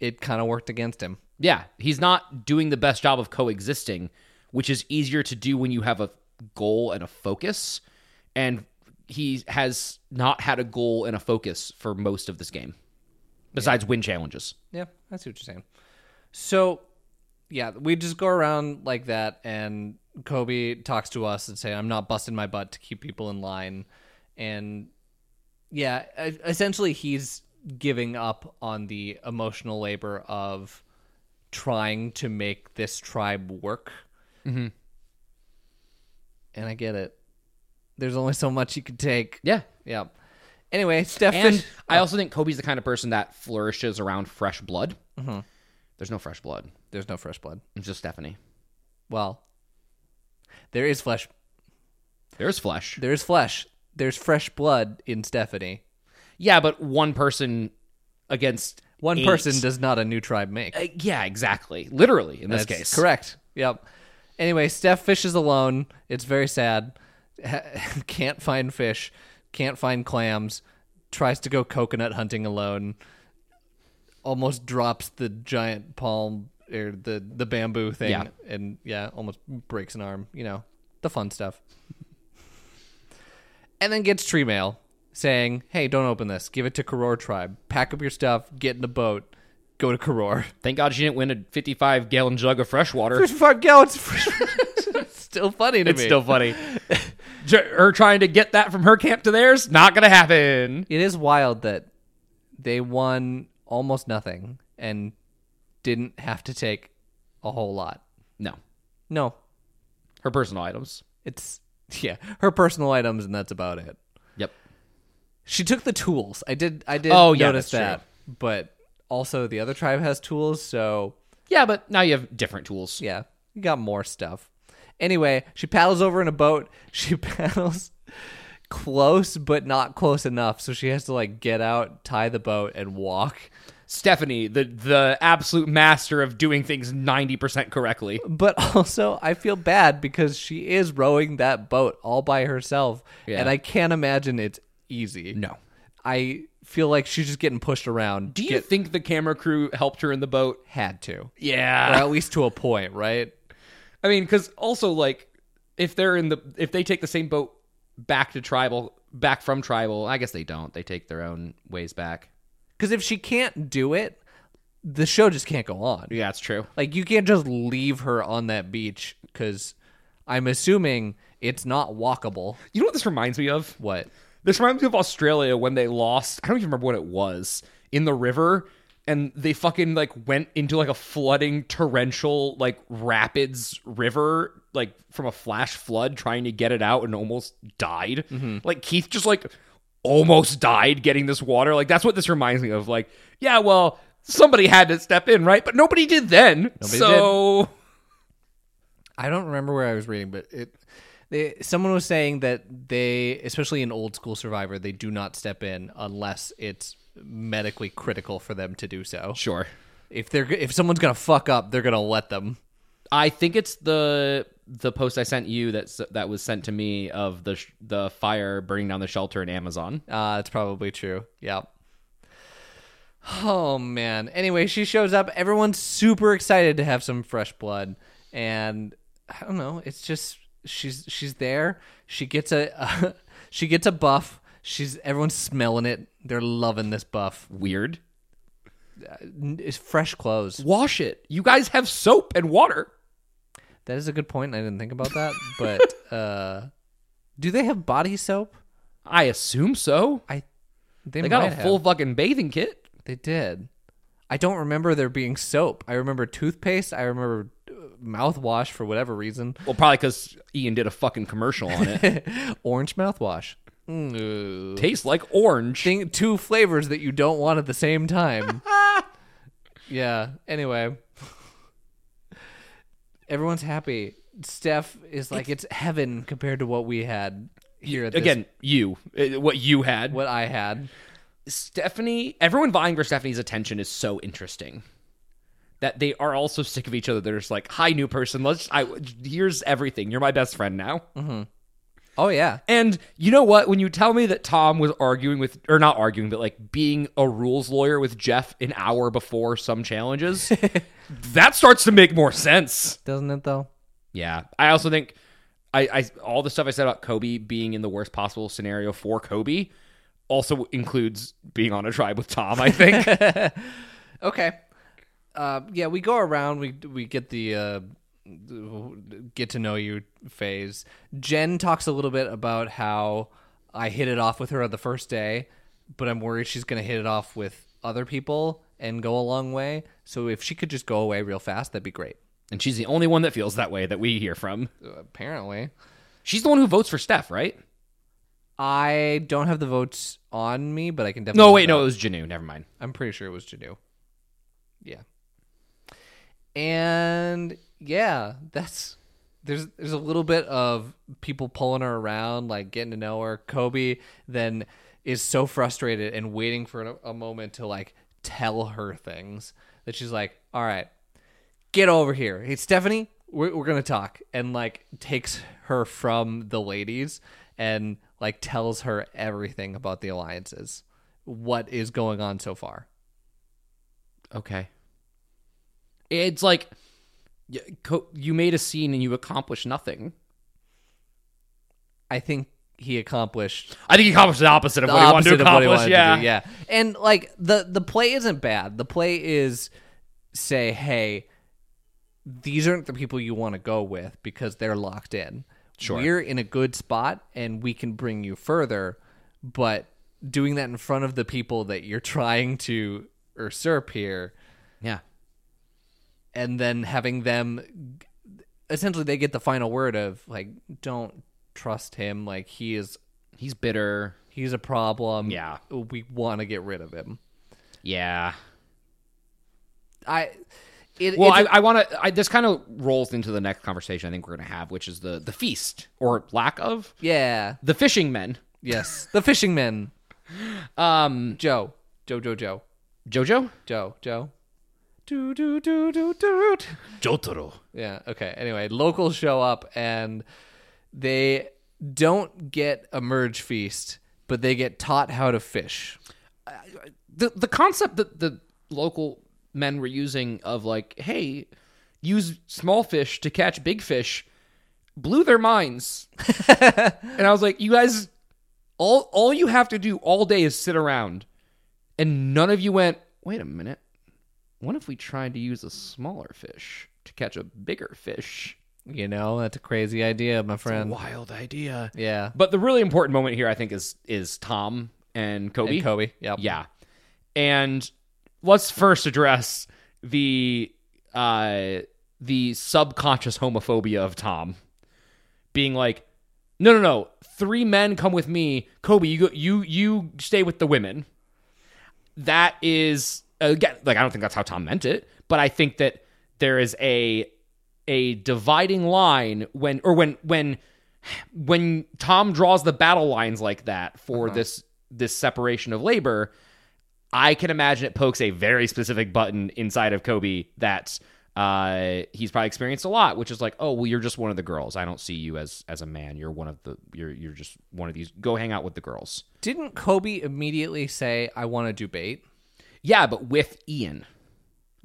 Speaker 2: it kind of worked against him
Speaker 1: yeah he's not doing the best job of coexisting which is easier to do when you have a goal and a focus and he has not had a goal and a focus for most of this game besides win challenges
Speaker 2: yeah i see what you're saying so yeah we just go around like that and kobe talks to us and say i'm not busting my butt to keep people in line and yeah e- essentially he's giving up on the emotional labor of trying to make this tribe work
Speaker 1: Mm-hmm.
Speaker 2: and i get it there's only so much you can take
Speaker 1: yeah
Speaker 2: yeah anyway steph
Speaker 1: and
Speaker 2: Fish-
Speaker 1: i also think kobe's the kind of person that flourishes around fresh blood
Speaker 2: Mm-hmm.
Speaker 1: there's no fresh blood
Speaker 2: there's no fresh blood
Speaker 1: it's just stephanie
Speaker 2: well there is flesh
Speaker 1: there's flesh
Speaker 2: There's flesh. There's fresh blood in Stephanie.
Speaker 1: yeah but one person against
Speaker 2: One
Speaker 1: eight.
Speaker 2: person does not a new tribe make.
Speaker 1: Uh, yeah exactly literally in this
Speaker 2: That's
Speaker 1: case
Speaker 2: Correct. Yep. Anyway, Steph Fish is alone. It's very sad. can't find fish. Can't find clams. Tries to go coconut hunting alone. Almost drops the giant palm or the, the bamboo thing.
Speaker 1: Yeah.
Speaker 2: And yeah, almost breaks an arm. You know, the fun stuff. and then gets tree mail saying, hey, don't open this. Give it to Karor tribe. Pack up your stuff. Get in a boat. Go to Karor.
Speaker 1: thank god she didn't win a 55 gallon jug of fresh water
Speaker 2: Five gallons. still funny to
Speaker 1: It's
Speaker 2: me.
Speaker 1: still funny. J- her trying to get that from her camp to theirs, not gonna happen.
Speaker 2: it is wild that they won almost nothing and didn't have to take a whole lot.
Speaker 1: No,
Speaker 2: No,
Speaker 1: her personal items.
Speaker 2: it's yeah, her personal items and that's about it.
Speaker 1: Yep.
Speaker 2: She took the tools. I did. I did.
Speaker 1: Oh, yeah,
Speaker 2: notice
Speaker 1: that's
Speaker 2: that. But also, the other tribe has tools, so
Speaker 1: Yeah, but now you have different tools.
Speaker 2: Yeah, you got more stuff. Anyway, she paddles over in a boat. She paddles close, but not close enough, so she has to like get out, tie the boat, and walk.
Speaker 1: Stephanie, the the absolute master of doing things ninety percent correctly.
Speaker 2: But also, I feel bad because she is rowing that boat all by herself,
Speaker 1: Yeah.
Speaker 2: and I can't imagine it's easy.
Speaker 1: No.
Speaker 2: I feel like she's just getting pushed around.
Speaker 1: Do you think the camera crew helped her in the boat?
Speaker 2: had to, or
Speaker 1: Yeah,
Speaker 2: at least to a point, right?
Speaker 1: I mean, because also like if they're in the if they take the same boat back to tribal back from tribal, I guess they don't. They take their own ways back.
Speaker 2: Because if she can't do it, the show just can't go on.
Speaker 1: Yeah, it's true.
Speaker 2: Like you can't just leave her on that beach because I'm assuming it's not walkable.
Speaker 1: You know what this reminds me of?
Speaker 2: What?
Speaker 1: This reminds me of Australia when they lost. I don't even remember what it was in the river, and they fucking like went into like a flooding torrential like rapids river like from a flash flood trying to get it out and almost died. Like Keith just like almost died getting this water. Like that's what this reminds me of. Like yeah, well somebody had to step in, right? But nobody did then. so
Speaker 2: I don't remember where I was reading, but it they, someone was saying that they, especially in old school Survivor, they do not step in unless it's medically critical for them to do so.
Speaker 1: sure.
Speaker 2: If they're if someone's gonna fuck up, they're gonna let them.
Speaker 1: I think it's the the post I sent you that s- that was sent to me of the sh- the fire burning down the shelter in Amazon.
Speaker 2: Uh, that's probably true. Yeah. Oh man. Anyway, she shows up. Everyone's super excited to have some fresh blood, and I don't know. It's just she's she's there. She gets a she gets a buff. She's everyone's smelling it. They're loving this buff.
Speaker 1: Weird.
Speaker 2: N- It's fresh clothes.
Speaker 1: Wash it. You guys have soap and water.
Speaker 2: That is a good point. I didn't think about that, but uh, do they have body soap?
Speaker 1: I assume so.
Speaker 2: I they,
Speaker 1: They got
Speaker 2: might
Speaker 1: a
Speaker 2: have.
Speaker 1: full fucking bathing kit.
Speaker 2: They did. I don't remember there being soap. I remember toothpaste. I remember uh, mouthwash for whatever reason.
Speaker 1: Well, probably because Ian did a fucking commercial on it.
Speaker 2: Orange mouthwash. Mm.
Speaker 1: Tastes like orange.
Speaker 2: Thing, two flavors that you don't want at the same time. yeah. Anyway, everyone's happy. Steph is like it's heaven compared to what we had here at this-
Speaker 1: Again, you Uh, what you had.
Speaker 2: what I had.
Speaker 1: Stephanie, everyone vying for Stephanie's attention is so interesting that they are all so sick of each other. They're just like, "Hi, new person. Let's. I here's everything. You're my best friend now."
Speaker 2: Oh yeah.
Speaker 1: And you know what? When you tell me that Tom was arguing with, or not arguing, but like being a rules lawyer with Jeff an hour before some challenges, that starts to make more sense.
Speaker 2: Doesn't it though?
Speaker 1: Yeah. I also think I, I all the stuff I said about Kobe being in the worst possible scenario for Kobe also includes being on a tribe with Tom, I think.
Speaker 2: Okay. Uh, yeah, we go around. We we get the uh, get to know you phase. Jen talks a little bit about how I hit it off with her on the first day, but I'm worried she's going to hit it off with other people and go a long way. So if she could just go away real fast, that'd be great.
Speaker 1: and she's the only one that feels that way that we hear from.
Speaker 2: Apparently,
Speaker 1: She's the one who votes for Steph, right?
Speaker 2: I don't have the votes on me, but I can definitely.
Speaker 1: No, wait,
Speaker 2: look it
Speaker 1: no,
Speaker 2: up.
Speaker 1: it was Janu. Never mind.
Speaker 2: I'm pretty sure it was Janu. Yeah. And yeah, that's there's there's a little bit of people pulling her around, like getting to know her. Kobe then is so frustrated and waiting for a, a moment to like tell her things that she's like, "All right, get over here. Hey, Stephanie, we're, we're gonna talk." And like takes her from the ladies and like tells her everything about the alliances, what is going on so far.
Speaker 1: Okay. It's like y- co- you made a scene and you accomplished nothing.
Speaker 2: I think he accomplished
Speaker 1: I think he accomplished the opposite of
Speaker 2: the
Speaker 1: what he wanted to
Speaker 2: opposite of what he
Speaker 1: accomplish.
Speaker 2: wanted
Speaker 1: yeah.
Speaker 2: to do. Yeah, and like the the play isn't bad. The play is say, hey, these aren't the people you want to go with because they're locked in.
Speaker 1: Sure.
Speaker 2: we're in a good spot and we can bring you further, but doing that in front of the people that you're trying to usurp here
Speaker 1: yeah.
Speaker 2: and then having them essentially they get the final word of like don't trust him like he is
Speaker 1: He's bitter.
Speaker 2: He's a problem.
Speaker 1: Yeah.
Speaker 2: We want to get rid of him.
Speaker 1: Yeah.
Speaker 2: I it,
Speaker 1: Well,
Speaker 2: it's-
Speaker 1: I, I want to. I, this kind of rolls into the next conversation I think we're going to have, which is the the feast or lack of
Speaker 2: yeah.
Speaker 1: the fishing men.
Speaker 2: Yes. The fishing men.
Speaker 1: Um,
Speaker 2: Joe. Joe Joe Joe.
Speaker 1: Jojo,
Speaker 2: Joe Joe. Do do do do do.
Speaker 1: Jotaro.
Speaker 2: Yeah, okay. Anyway, locals show up and they don't get a merge feast, but they get taught how to fish.
Speaker 1: the the concept that the local men were using of like, hey, use small fish to catch big fish, blew their minds. and I was like, you guys, all all you have to do all day is sit around and none of you went, wait a minute, what if we tried to use a smaller fish to catch a bigger fish?
Speaker 2: You know, that's a crazy idea, my friend.
Speaker 1: Wild idea.
Speaker 2: yeah.
Speaker 1: But the really important moment here, I think, is is Tom and Kobe.
Speaker 2: And Kobe. Yep.
Speaker 1: Yeah. And let's first address the uh the subconscious homophobia of Tom being like no no no three men come with me Kobe you go, you you stay with the women that is again like I don't think that's how Tom meant it but I think that there is a a dividing line when or when when when Tom draws the battle lines like that for this this separation of labor, I can imagine it pokes a very specific button inside of Kobe that uh, he's probably experienced a lot, which is like, oh, well, you're just one of the girls. I don't see you as as a man. You're one of the you're you're just one of these. Go hang out with the girls.
Speaker 2: Didn't Kobe immediately say, I want to do bait?
Speaker 1: Yeah, but with Ian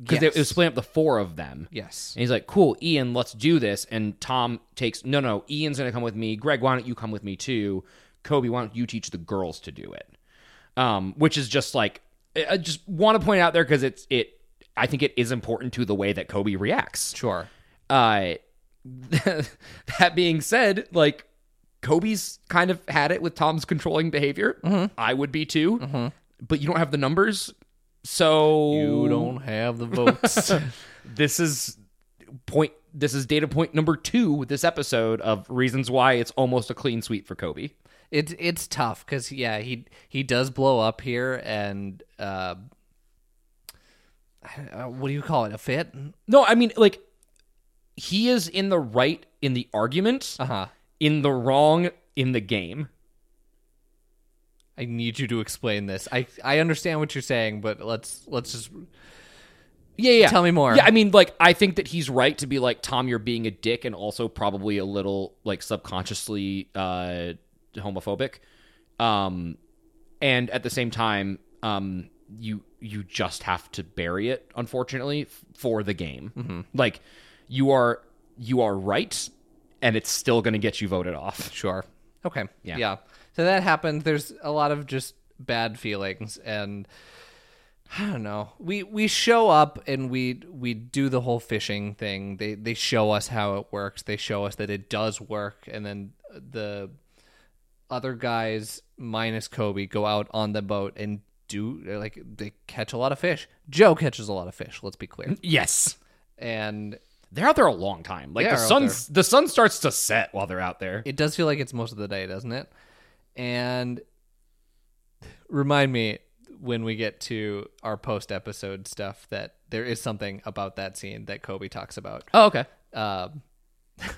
Speaker 1: because
Speaker 2: Yes.
Speaker 1: it was splitting up the four of them.
Speaker 2: Yes.
Speaker 1: And he's like, cool, Ian, let's do this. And Tom takes, no, no, Ian's going to come with me. Greg, why don't you come with me too? Kobe, why don't you teach the girls to do it? Um, which is just like, I I just want to point out there because it's, it, I think it is important to the way that Kobe reacts.
Speaker 2: Sure.
Speaker 1: Uh, that being said, like Kobe's kind of had it with Tom's controlling behavior. I would be too, but you don't have the numbers. So
Speaker 2: You don't have the votes.
Speaker 1: this is point this is data point number two with this episode of reasons why it's almost a clean sweep for kobe
Speaker 2: it's it's tough because yeah, he he does blow up here and uh, uh, what do you call it? A fit?
Speaker 1: no i mean like he is in the right in the argument
Speaker 2: Uh huh.
Speaker 1: in the wrong in the game
Speaker 2: I need you to explain this. I I understand what you're saying, but let's let's just
Speaker 1: yeah yeah
Speaker 2: Tell me more.
Speaker 1: yeah i mean like i think that he's right to be like tom you're being a dick and also probably a little like subconsciously uh homophobic um and at the same time um you you just have to bury it unfortunately f- for the game
Speaker 2: Mm-hmm.
Speaker 1: like you are you are right and it's still going to get you voted off
Speaker 2: Sure. Okay.
Speaker 1: Yeah.
Speaker 2: Yeah. So that happened. There's a lot of just bad feelings and I don't know. We we show up and we we do the whole fishing thing. They they show us how it works. They show us that it does work and then the other guys minus Kobe go out on the boat and do like they catch a lot of fish. Joe catches a lot of fish, let's be clear.
Speaker 1: yes
Speaker 2: And
Speaker 1: they're out there a long time like
Speaker 2: They
Speaker 1: the
Speaker 2: are out
Speaker 1: sun the sun starts to set while they're out there
Speaker 2: it does feel like it's most of the day, doesn't it? And remind me when we get to our post episode stuff that there is something about that scene that Kobe talks about.
Speaker 1: oh okay
Speaker 2: Um,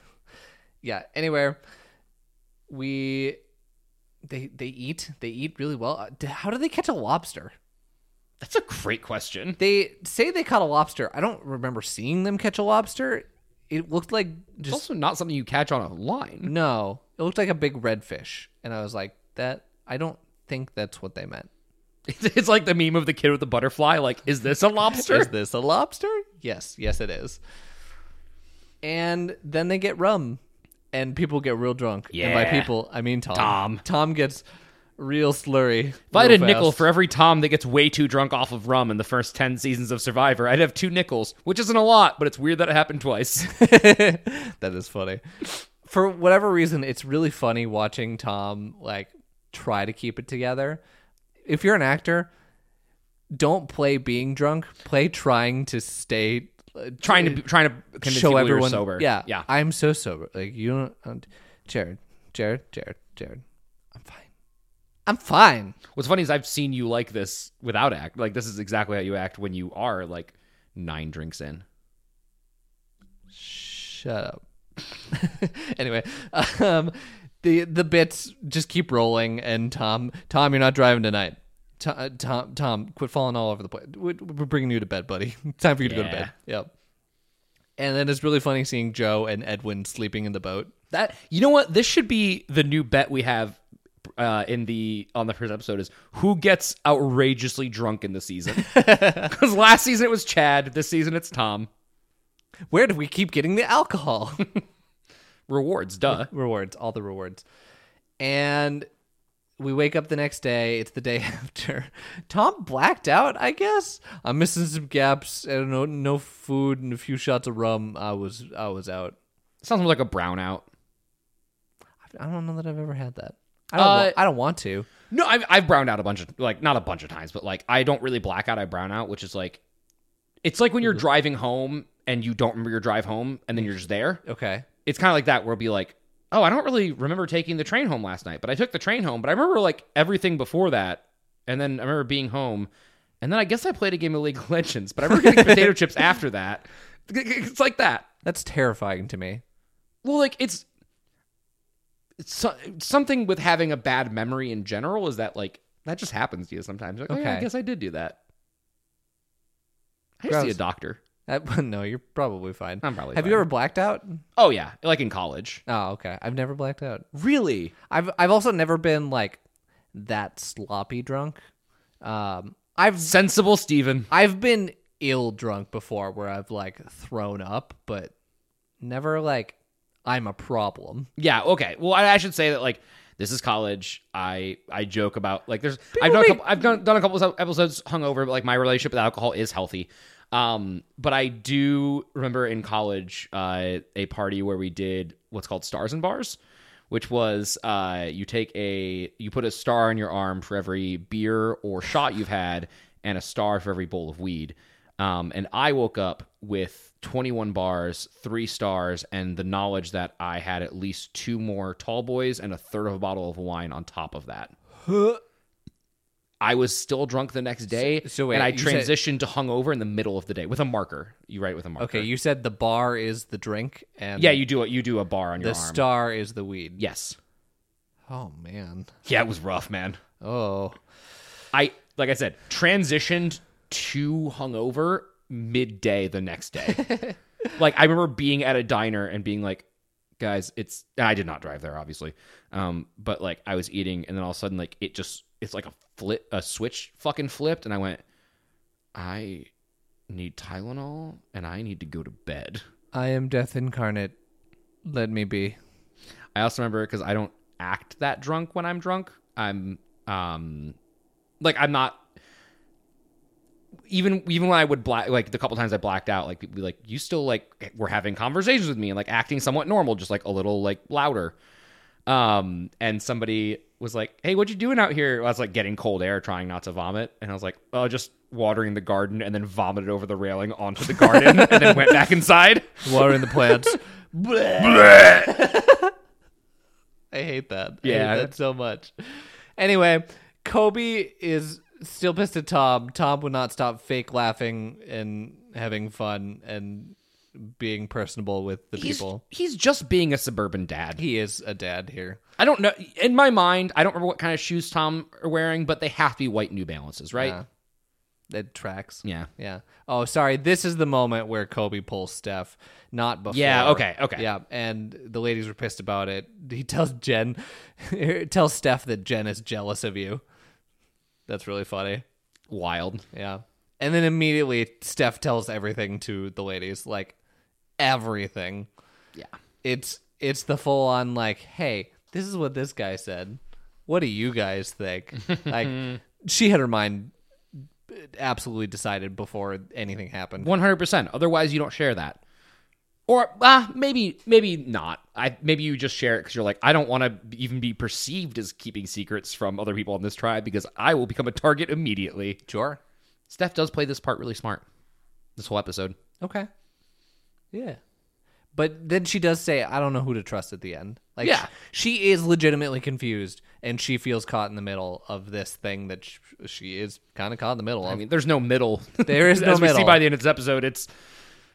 Speaker 2: yeah. Anyway, we they they eat they eat really well. Uh, d- How do they catch a lobster?
Speaker 1: that's a great question
Speaker 2: They say they caught a lobster. I don't remember seeing them catch a lobster. It looked like just
Speaker 1: It's also not something you catch on a line.
Speaker 2: No, it looked like a big redfish, and I was like, "That I don't think that's what they meant."
Speaker 1: It's like the meme of the kid with the butterfly. Like, is this a
Speaker 2: Is
Speaker 1: lobster?
Speaker 2: this a lobster? Yes, yes, it is. And then they get rum, and people get real drunk. and by
Speaker 1: Yeah.
Speaker 2: people I mean Tom.
Speaker 1: Tom.
Speaker 2: Tom gets real slurry.
Speaker 1: if I had a nickel for every Tom that gets way too drunk off of rum in the first 10 seasons of Survivor, I'd have two nickels, which isn't a lot, but it's weird that it happened twice.
Speaker 2: that is funny. For whatever reason, it's really funny watching Tom like try to keep it together. If you're an actor, don't play being drunk. Play trying to stay, uh,
Speaker 1: trying to trying to convince
Speaker 2: show
Speaker 1: people
Speaker 2: everyone
Speaker 1: you're sober.
Speaker 2: Yeah,
Speaker 1: yeah.
Speaker 2: I'm so sober. Like you don't, um, Jared, Jared, Jared, Jared. I'm fine. I'm fine.
Speaker 1: What's funny is I've seen you like this without act. Like this is exactly how you act when you are like nine drinks in.
Speaker 2: shut up. anyway, um, the the bits just keep rolling, and Tom, Tom, you're not driving tonight. To- uh, Tom, Tom, quit falling all over the place. We're, we're bringing you to bed, buddy. Time for you to go to
Speaker 1: Yeah.
Speaker 2: bed. Yep. And then it's really funny seeing Joe and Edwin sleeping in the boat.
Speaker 1: That you know what? This should be the new bet we have uh, in the on the first episode is who gets outrageously drunk in the season. Because last season it was Chad, this season it's Tom.
Speaker 2: Where do we keep getting the alcohol?
Speaker 1: Rewards, duh.
Speaker 2: rewards, all the rewards. And we wake up the next day. It's the day after. Tom blacked out, I guess. I'm missing some gaps. I don't know. No food and a few shots of rum. I was I was out.
Speaker 1: Sounds more like a brownout.
Speaker 2: I don't know that I've ever had that. I don't. wa-
Speaker 1: Uh,
Speaker 2: I don't want to.
Speaker 1: No, I've, I've browned out a bunch of like not a bunch of times, but like I don't really black out. I brown out, which is like, it's like when you're driving home and you don't remember your drive home, and then you're just there.
Speaker 2: Okay.
Speaker 1: It's kind of like that where it'll be like, oh, I don't really remember taking the train home last night, but I took the train home, but I remember like everything before that, and then I remember being home, and then I guess I played a game of League of Legends, but I remember getting potato chips after that. It's like that.
Speaker 2: That's terrifying to me.
Speaker 1: Well, like it's, it's so, something with having a bad memory in general is that like that just happens to you sometimes. Like, okay, I
Speaker 2: Okay.
Speaker 1: guess I did do that. I
Speaker 2: Gross.
Speaker 1: see a doctor.
Speaker 2: That, no, you're probably fine.
Speaker 1: I'm probably.
Speaker 2: Have
Speaker 1: fine.
Speaker 2: you ever blacked out?
Speaker 1: Oh yeah, like in college.
Speaker 2: Oh, okay. I've never blacked out.
Speaker 1: Really?
Speaker 2: I've I've also never been like that sloppy drunk. Um, I've
Speaker 1: Sensible, Steven.
Speaker 2: I've been ill drunk before, where I've like thrown up, but never like I'm a problem.
Speaker 1: Yeah. Okay. Well, I, I should say that like this is college. I I joke about like there's I've done a
Speaker 2: make-
Speaker 1: couple, I've done, done a couple of episodes hungover, but like my relationship with alcohol is healthy. Um, but I do remember in college uh, a party where we did what's called stars and bars, which was uh, you take a you put a star on your arm for every beer or shot you've had, and a star for every bowl of weed. Um, and I woke up with 21 bars, three stars, and the knowledge that I had at least two more tall boys and a third of a bottle of wine on top of that. I was still drunk the next day,
Speaker 2: So- so wait,
Speaker 1: and I
Speaker 2: you said-
Speaker 1: transitioned to hungover in the middle of the day with a marker. You write with a marker.
Speaker 2: Okay, you said the bar is the drink, and
Speaker 1: yeah, you do a, you do a bar on
Speaker 2: the
Speaker 1: your arm.
Speaker 2: star is the weed.
Speaker 1: yes.
Speaker 2: Oh man.
Speaker 1: Yeah, it was rough, man.
Speaker 2: Oh.
Speaker 1: I like I said, transitioned to hungover midday the next day. like I remember being at a diner and being like, guys, it's and I did not drive there, obviously. Um, but like I was eating and then all of a sudden like it just it's like a flip a switch fucking flipped and I went, I need Tylenol and I need to go to bed.
Speaker 2: I am death incarnate. Let me be.
Speaker 1: I also remember because I don't act that drunk when I'm drunk. I'm um, like I'm not. Even even when I would black like the couple times I blacked out, like people be like you still like were having conversations with me and like acting somewhat normal, just like a little like louder. Um, and somebody was like, "Hey, what you doing out here?" I was like getting cold air, trying not to vomit, and I was like, "Oh, just watering the garden," and then vomited over the railing onto the garden, and then went back inside.
Speaker 2: Water in the plants. I hate that. I
Speaker 1: Yeah.
Speaker 2: hate that so much. Anyway, Kobe is still pissed at Tom. Tom would not stop fake laughing and having fun and being personable with the
Speaker 1: He's,
Speaker 2: people.
Speaker 1: he's just being a suburban dad.
Speaker 2: He is a dad here.
Speaker 1: I don't know. In my mind, I don't remember what kind of shoes Tom are wearing, but they have to be white New Balances, right?
Speaker 2: Yeah. Uh, That tracks.
Speaker 1: Yeah.
Speaker 2: Yeah. Oh, sorry. This is the moment where Kobe pulls Steph, not before.
Speaker 1: Yeah, okay, okay.
Speaker 2: Yeah, and the ladies were pissed about it. He tells Jen, tells Steph that Jen is jealous of you. That's really funny.
Speaker 1: Wild.
Speaker 2: Yeah. And then immediately Steph tells everything to the ladies, like everything.
Speaker 1: Yeah.
Speaker 2: It's it's the full on like, hey, this is what this guy said. What do you guys think? like she had her mind absolutely decided before anything happened.
Speaker 1: 100%. Otherwise, you don't share that. Or ah, maybe maybe not. I maybe you just share it because you're like, I don't want to even be perceived as keeping secrets from other people in this tribe because I will become a target immediately.
Speaker 2: Sure.
Speaker 1: Steph does play this part really smart. This whole episode.
Speaker 2: Okay. Yeah. But then she does say, I don't know who to trust at the end. Like,
Speaker 1: Yeah.
Speaker 2: she, she is legitimately confused and she feels caught in the middle of this thing that sh she is kind of caught in the middle of.
Speaker 1: I mean, there's no middle.
Speaker 2: There is no
Speaker 1: as we see
Speaker 2: middle.
Speaker 1: by the end of this episode, it's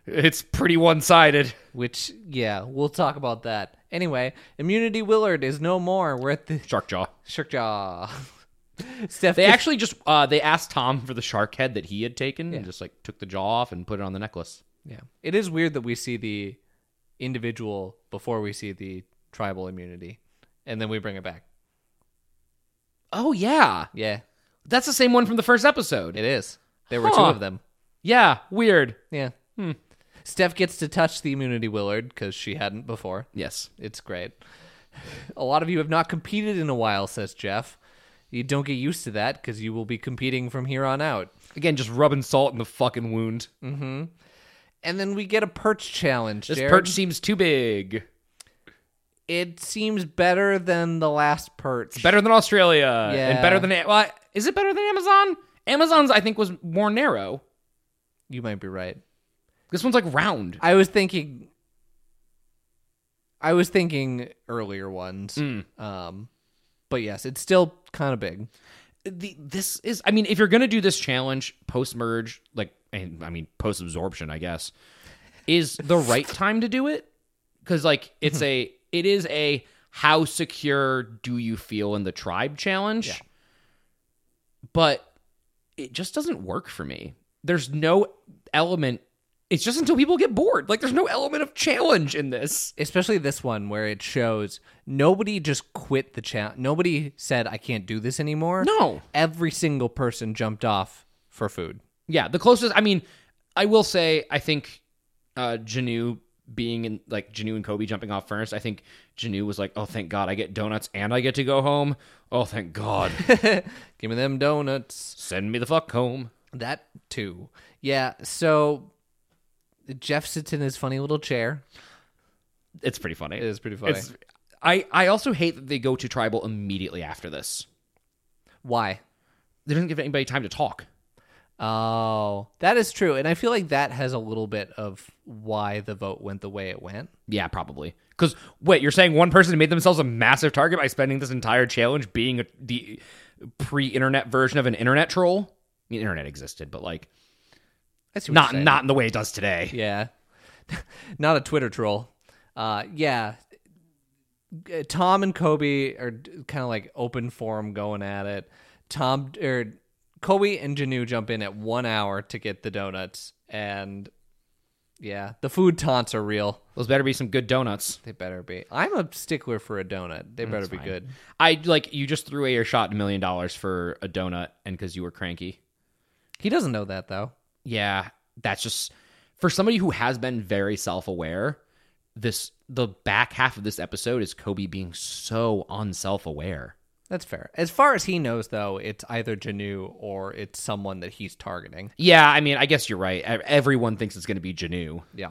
Speaker 1: it's pretty one sided.
Speaker 2: which, yeah, we'll talk about that. Anyway, Immunity Willard is no more. We're at the
Speaker 1: Shark jaw.
Speaker 2: Shark Jaw. Steph,
Speaker 1: They actually just uh, they asked Tom for the shark head that he had taken and just like took the jaw off and put it on the necklace.
Speaker 2: yeah. It is weird that we see the individual before we see the tribal immunity and then we bring it back.
Speaker 1: Oh yeah,
Speaker 2: Yeah,
Speaker 1: that's the same one from the first episode.
Speaker 2: it is. There were two
Speaker 1: Huh.
Speaker 2: of them.
Speaker 1: Yeah, weird.
Speaker 2: Yeah.
Speaker 1: Hmm.
Speaker 2: Steph gets to touch the immunity Willard because she hadn't before.
Speaker 1: Yes,
Speaker 2: It's great. A lot of you have not competed in a while, says Jeff. You don't get used to that because you will be competing from here on out.
Speaker 1: Again, just rubbing salt in the fucking wound.
Speaker 2: And then we get a perch challenge.
Speaker 1: This
Speaker 2: Jared.
Speaker 1: perch seems too big.
Speaker 2: It seems better than the last perch.
Speaker 1: Better than Australia
Speaker 2: Yeah.
Speaker 1: and better than well, I- is it better than Amazon? Amazon's I think was more narrow.
Speaker 2: you might be right.
Speaker 1: This one's like round.
Speaker 2: I was thinking. I was thinking earlier ones.
Speaker 1: Hmm.
Speaker 2: Um, but yes, it's still kind of big.
Speaker 1: the this is I mean if you're gonna do this challenge post merge like and I mean post absorption I guess is the right time to do it because like it's a it is a how secure do you feel in the tribe challenge but it just doesn't work for me there's no element it's just until people get bored like there's no element of challenge in this
Speaker 2: especially this one where it shows nobody just quit the challenge. Nobody said I can't do this anymore.
Speaker 1: No.
Speaker 2: every single person jumped off for food.
Speaker 1: Yeah, the closest. I mean, I will say, I think uh Janu being in like Janu and Kobe jumping off first. I think Janu was like, "Oh, thank God, I get donuts and I get to go home. Oh, thank God,
Speaker 2: Give me them donuts.
Speaker 1: send me the fuck home."
Speaker 2: That too. Yeah. So Jeff sits in his funny little chair.
Speaker 1: It's pretty funny.
Speaker 2: It is pretty funny.
Speaker 1: It's- I I also hate that they go to tribal immediately after this.
Speaker 2: Why?
Speaker 1: They didn't give anybody time to talk.
Speaker 2: Oh, that is true. And I feel like that has a little bit of why the vote went the way it went.
Speaker 1: Yeah, probably. Because wait, you're saying one person made themselves a massive target by spending this entire challenge being a, the pre-internet version of an internet troll? I mean, internet existed, but like
Speaker 2: I see what
Speaker 1: not
Speaker 2: you're saying.
Speaker 1: not in the way it does today.
Speaker 2: Yeah. Not a Twitter troll. Uh, yeah. G- Tom and Kobe are kind of like open forum going at it. Tom or Kobe and Janu jump in at one hour to get the donuts, and yeah, the food taunts are real.
Speaker 1: Those better be some good donuts.
Speaker 2: They better be. I'm a stickler for a donut. They better be good.
Speaker 1: I like you just threw away your shot at a million dollars for a donut and because you were cranky.
Speaker 2: He doesn't know that though.
Speaker 1: Yeah, that's just for somebody who has been very self-aware. This the back half of this episode is Kobe being so unself-aware.
Speaker 2: That's fair. As far as he knows, though, it's either Janu or it's someone that he's targeting.
Speaker 1: Yeah, I mean, I guess you're right. E- Everyone thinks it's going to be Janu,
Speaker 2: Yeah.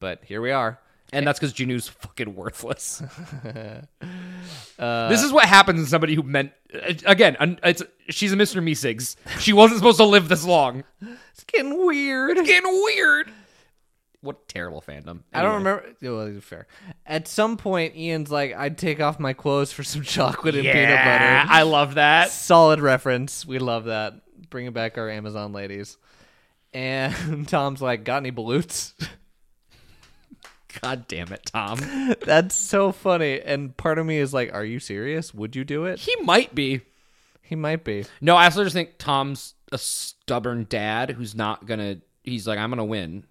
Speaker 2: But here we are.
Speaker 1: and that's because Janu's fucking worthless. Uh, this is what happens to somebody who meant uh, again. un- It's she's a Mister Meeseeks. She wasn't supposed to live this long.
Speaker 2: It's getting weird.
Speaker 1: getting weird. What terrible fandom.
Speaker 2: I don't remember. yeah, Well, it's fair. At some point, Ian's like, "I'd take off my clothes for some chocolate and peanut butter."
Speaker 1: I love that.
Speaker 2: Solid reference. We love that. Bringing back our Amazon ladies. And Tom's like, "Got any balloons?"
Speaker 1: God damn it, Tom.
Speaker 2: That's so funny. And part of me is like, "Are you serious? Would you do it?"
Speaker 1: He might be.
Speaker 2: He might be.
Speaker 1: No, I also just think Tom's a stubborn dad who's not gonna. He's like, I'm gonna win.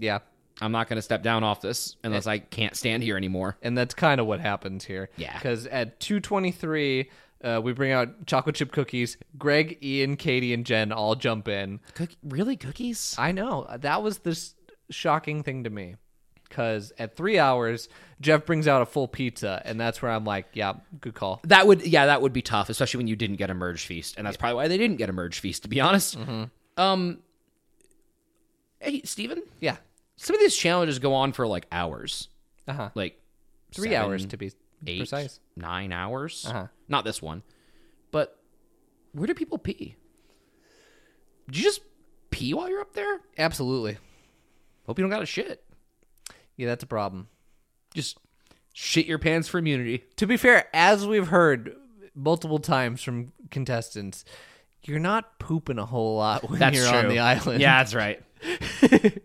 Speaker 2: Yeah.
Speaker 1: I'm not gonna step down off this unless I can't stand here anymore.
Speaker 2: and that's kind of what happens here.
Speaker 1: Yeah.
Speaker 2: Because at two twenty three, uh, we bring out chocolate chip cookies. Greg, Ian, Katie, and Jen all jump in.
Speaker 1: Cook- really, cookies?
Speaker 2: I know that was this shocking thing to me. Because at three hours, Jeff brings out a full pizza, and that's where I'm like, yeah, good call.
Speaker 1: That would, yeah, that would be tough, especially when you didn't get a merge feast, and that's probably why they didn't get a merge feast, to be honest.
Speaker 2: Mm-hmm.
Speaker 1: Um, hey, Steven,
Speaker 2: Yeah,
Speaker 1: some of these challenges go on for like hours,
Speaker 2: uh huh.
Speaker 1: like
Speaker 2: Three
Speaker 1: seven,
Speaker 2: hours to be
Speaker 1: eight,
Speaker 2: precise.
Speaker 1: nine hours.
Speaker 2: Uh-huh.
Speaker 1: Not this one, but where do people pee? Did you just pee while you're up there?
Speaker 2: Absolutely.
Speaker 1: Hope you don't got a shit.
Speaker 2: Yeah, that's a problem.
Speaker 1: Just shit your pants for immunity.
Speaker 2: To be fair, as we've heard multiple times from contestants, you're not pooping a whole lot when
Speaker 1: That's
Speaker 2: you're on
Speaker 1: true.
Speaker 2: the island.
Speaker 1: Yeah, that's right.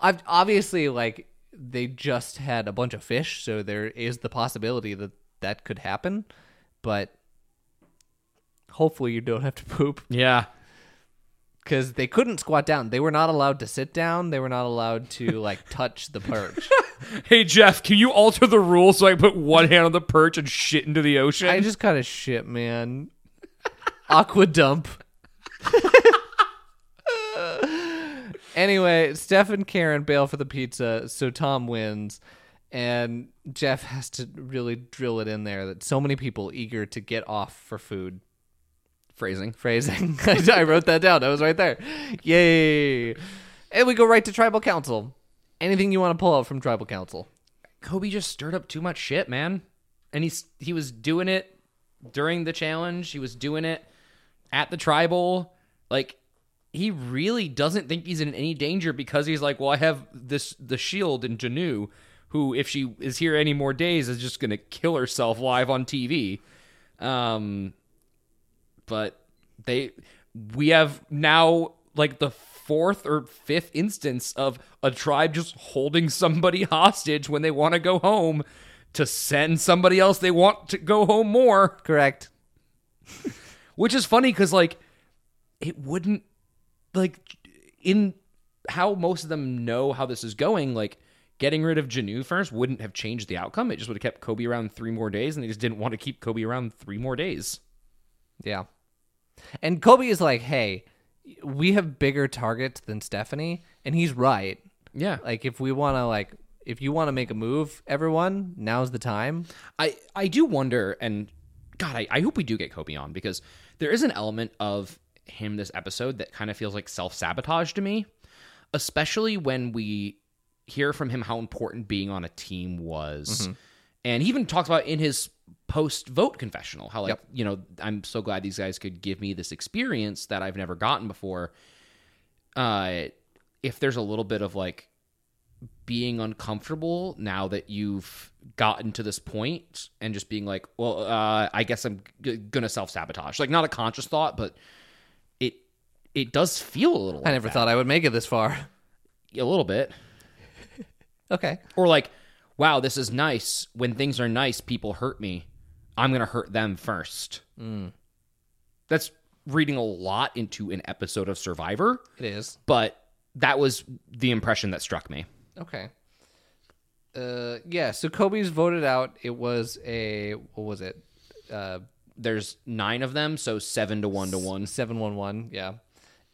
Speaker 2: I've obviously like they just had a bunch of fish, so there is the possibility that that could happen, but hopefully you don't have to poop
Speaker 1: Yeah,
Speaker 2: because they couldn't squat down. They were not allowed to sit down. They were not allowed to like touch the perch.
Speaker 1: Hey Jeff, can you alter the rule so I put one hand on the perch and shit into the ocean?
Speaker 2: I just kind of shit, man. Aqua dump. anyway, Steph and Karen bail for the pizza, so Tom wins. and Jeff has to really drill it in there that so many people eager to get off for food
Speaker 1: Phrasing.
Speaker 2: phrasing. I wrote that down. I was right there. Yay! And we go right to tribal council. Anything you want to pull out from tribal council?
Speaker 1: Kobe just stirred up too much shit, man. And he's he was doing it during the challenge. He was doing it at the tribal. Like he really doesn't think he's in any danger because he's like, well, I have this the shield and Janu, who if she is here any more days is just gonna kill herself live on TV. Um, but they we have now like the fourth or fifth instance of a tribe just holding somebody hostage when they want to go home to send somebody else they want to go home more
Speaker 2: Correct.
Speaker 1: which is funny because like it wouldn't like in how most of them know how this is going like getting rid of Janu first wouldn't have changed the outcome it just would have kept Kobe around 3 more days and they just didn't want to keep Kobe around 3 more days
Speaker 2: Yeah. And Kobe is like, hey, we have bigger targets than Stephanie. And he's right.
Speaker 1: yeah
Speaker 2: Like, if we want to, like, if you want to make a move, everyone, now's the time.
Speaker 1: I I do wonder, and God, I, I hope we do get Kobe on because there is an element of him this episode that kind of feels like self sabotage to me, especially when we hear from him how important being on a team was, and he even talks about in his post vote confessional how like you know I'm so glad these guys could give me this experience that I've never gotten before. Uh, if there's a little bit of like being uncomfortable now that you've gotten to this point and just being like, well, uh, I guess I'm g- gonna self sabotage. Like not a conscious thought, but it it does feel a little.
Speaker 2: I never thought I would make it this far.
Speaker 1: a little bit,
Speaker 2: Okay.
Speaker 1: or like, wow, this is nice. When things are nice, people hurt me. I'm gonna hurt them first. That's reading a lot into an episode of Survivor,
Speaker 2: It is.
Speaker 1: but that was the impression that struck me.
Speaker 2: Okay. Uh, yeah. So Kobe's voted out. It was a, what was it? Uh,
Speaker 1: There's nine of them, so seven to one to one.
Speaker 2: 711. Yeah.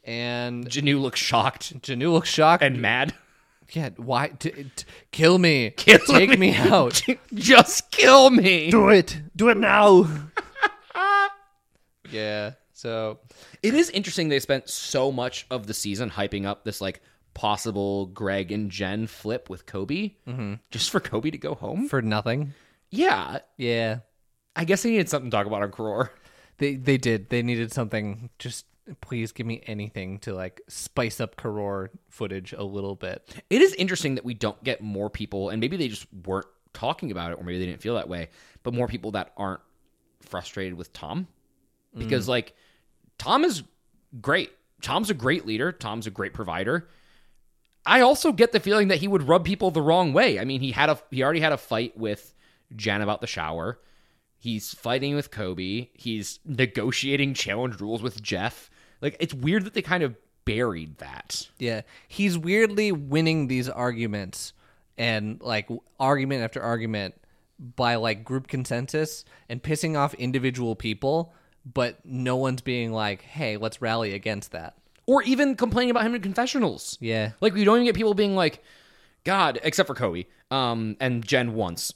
Speaker 2: And
Speaker 1: Janu looks shocked
Speaker 2: Janu looks shocked.
Speaker 1: and mad.
Speaker 2: yeah. Why? T- t- kill me.
Speaker 1: Kill
Speaker 2: Take me, out.
Speaker 1: Just kill me.
Speaker 2: Do it. Do it now. yeah. So
Speaker 1: It is interesting they spent so much of the season hyping up this like possible Greg and Jen flip with Kobe just for Kobe to go home.
Speaker 2: for nothing.
Speaker 1: Mm-hmm. Yeah,
Speaker 2: Yeah.
Speaker 1: I guess they needed something to talk about on Crore.
Speaker 2: They they did. They needed something just please give me anything to like spice up Karor footage a little bit.
Speaker 1: It is interesting that we don't get more people, and maybe they just weren't talking about it, or maybe they didn't feel that way, but more people that aren't frustrated with Tom. Because, like, Tom is great. Tom's a great leader, Tom's a great provider. I also get the feeling that he would rub people the wrong way. I mean, he had a he already had a fight with Jen about the shower. He's fighting with Kobe. He's negotiating challenge rules with Jeff. Like it's weird that they kind of buried that.
Speaker 2: Yeah. He's weirdly winning these arguments and like w- argument after argument by like group consensus and pissing off individual people, but no one's being like, "Hey, let's rally against that."
Speaker 1: or even complaining about him in confessionals.
Speaker 2: Yeah.
Speaker 1: Like we don't even get people being like, God, except for Kobe, um, and Jen once,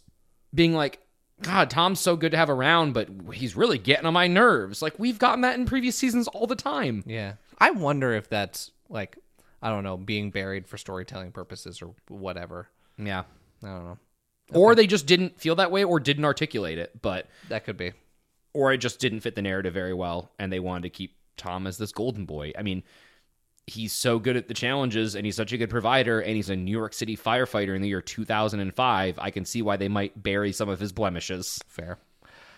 Speaker 1: being like, God, Tom's so good to have around, but he's really getting on my nerves. Like we've gotten that in previous seasons all the time.
Speaker 2: Yeah. I wonder if that's like I don't know, being buried for storytelling purposes or whatever.
Speaker 1: Yeah.
Speaker 2: I don't know.
Speaker 1: Or they just didn't feel that way or didn't articulate it, but
Speaker 2: That could be.
Speaker 1: or it just didn't fit the narrative very well and they wanted to keep Tom as this golden boy. I mean, he's so good at the challenges and he's such a good provider and he's a New York City firefighter in the year 2005. I can see why they might bury some of his blemishes.
Speaker 2: Fair.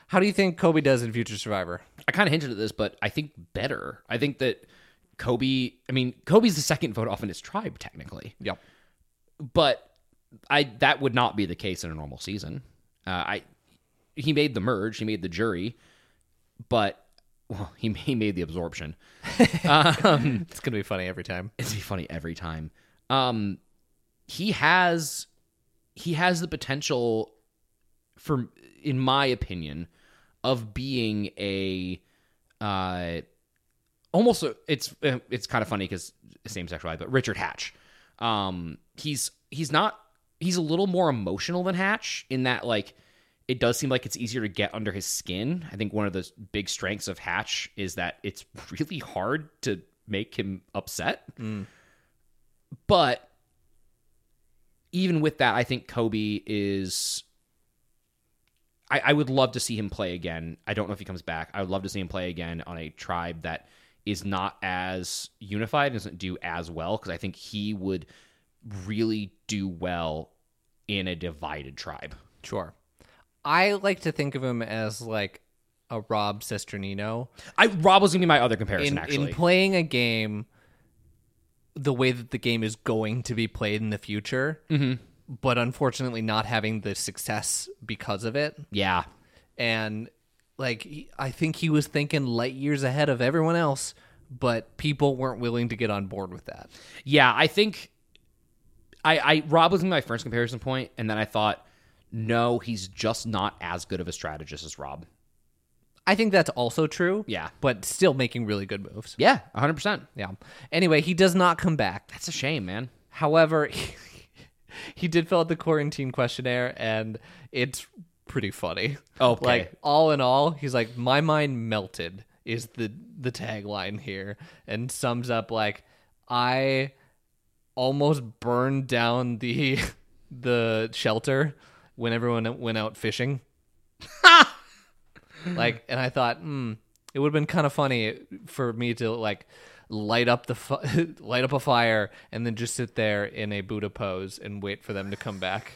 Speaker 2: How do you think Kobe does in Future Survivor?
Speaker 1: I kind of hinted at this, but I think better. I think that Kobe, I mean, Kobe's the second vote off in his tribe technically.
Speaker 2: Yep.
Speaker 1: but I that would not be the case in a normal season. Uh, I he made the merge, he made the jury, but well, he he made the absorption.
Speaker 2: It's gonna be funny every time.
Speaker 1: It's be funny every time. Um, he has he has the potential for, in my opinion, of being a uh almost a, it's uh, it's kind of funny because same sex life, but Richard Hatch. Um, he's he's not he's a little more emotional than Hatch in that like it does seem like it's easier to get under his skin. I think one of the big strengths of Hatch is that it's really hard to make him upset.
Speaker 2: Mm.
Speaker 1: But even with that, I think Kobe is. I, I would love to see him play again. I don't know if he comes back. I would love to see him play again on a tribe that is not as unified, doesn't do as well, because I think he would really do well in a divided tribe.
Speaker 2: Sure. I like to think of him as like a Rob Sesternino
Speaker 1: I Rob was gonna be my other comparison
Speaker 2: in, in
Speaker 1: actually.
Speaker 2: playing a game the way that the game is going to be played in the future, but unfortunately not having the success because of it.
Speaker 1: yeah.
Speaker 2: and like he, I think he was thinking light years ahead of everyone else, but people weren't willing to get on board with that.
Speaker 1: Yeah, I think I, I Rob was my first comparison point, and then I thought, no, he's just not as good of a strategist as Rob.
Speaker 2: I think that's also true.
Speaker 1: Yeah.
Speaker 2: but still making really good moves.
Speaker 1: Yeah, hundred percent.
Speaker 2: Yeah. Anyway, he does not come back.
Speaker 1: That's a shame, man.
Speaker 2: However, he did fill out the quarantine questionnaire, and it's pretty funny.
Speaker 1: Okay.
Speaker 2: like all in all, he's like, my mind melted is the the tagline here, and sums up like, I almost burned down the the shelter when everyone went out fishing. like, and I thought, hmm, it would have been kind of funny for me to like light up the fi- light up a fire and then just sit there in a Buddha pose and wait for them to come back.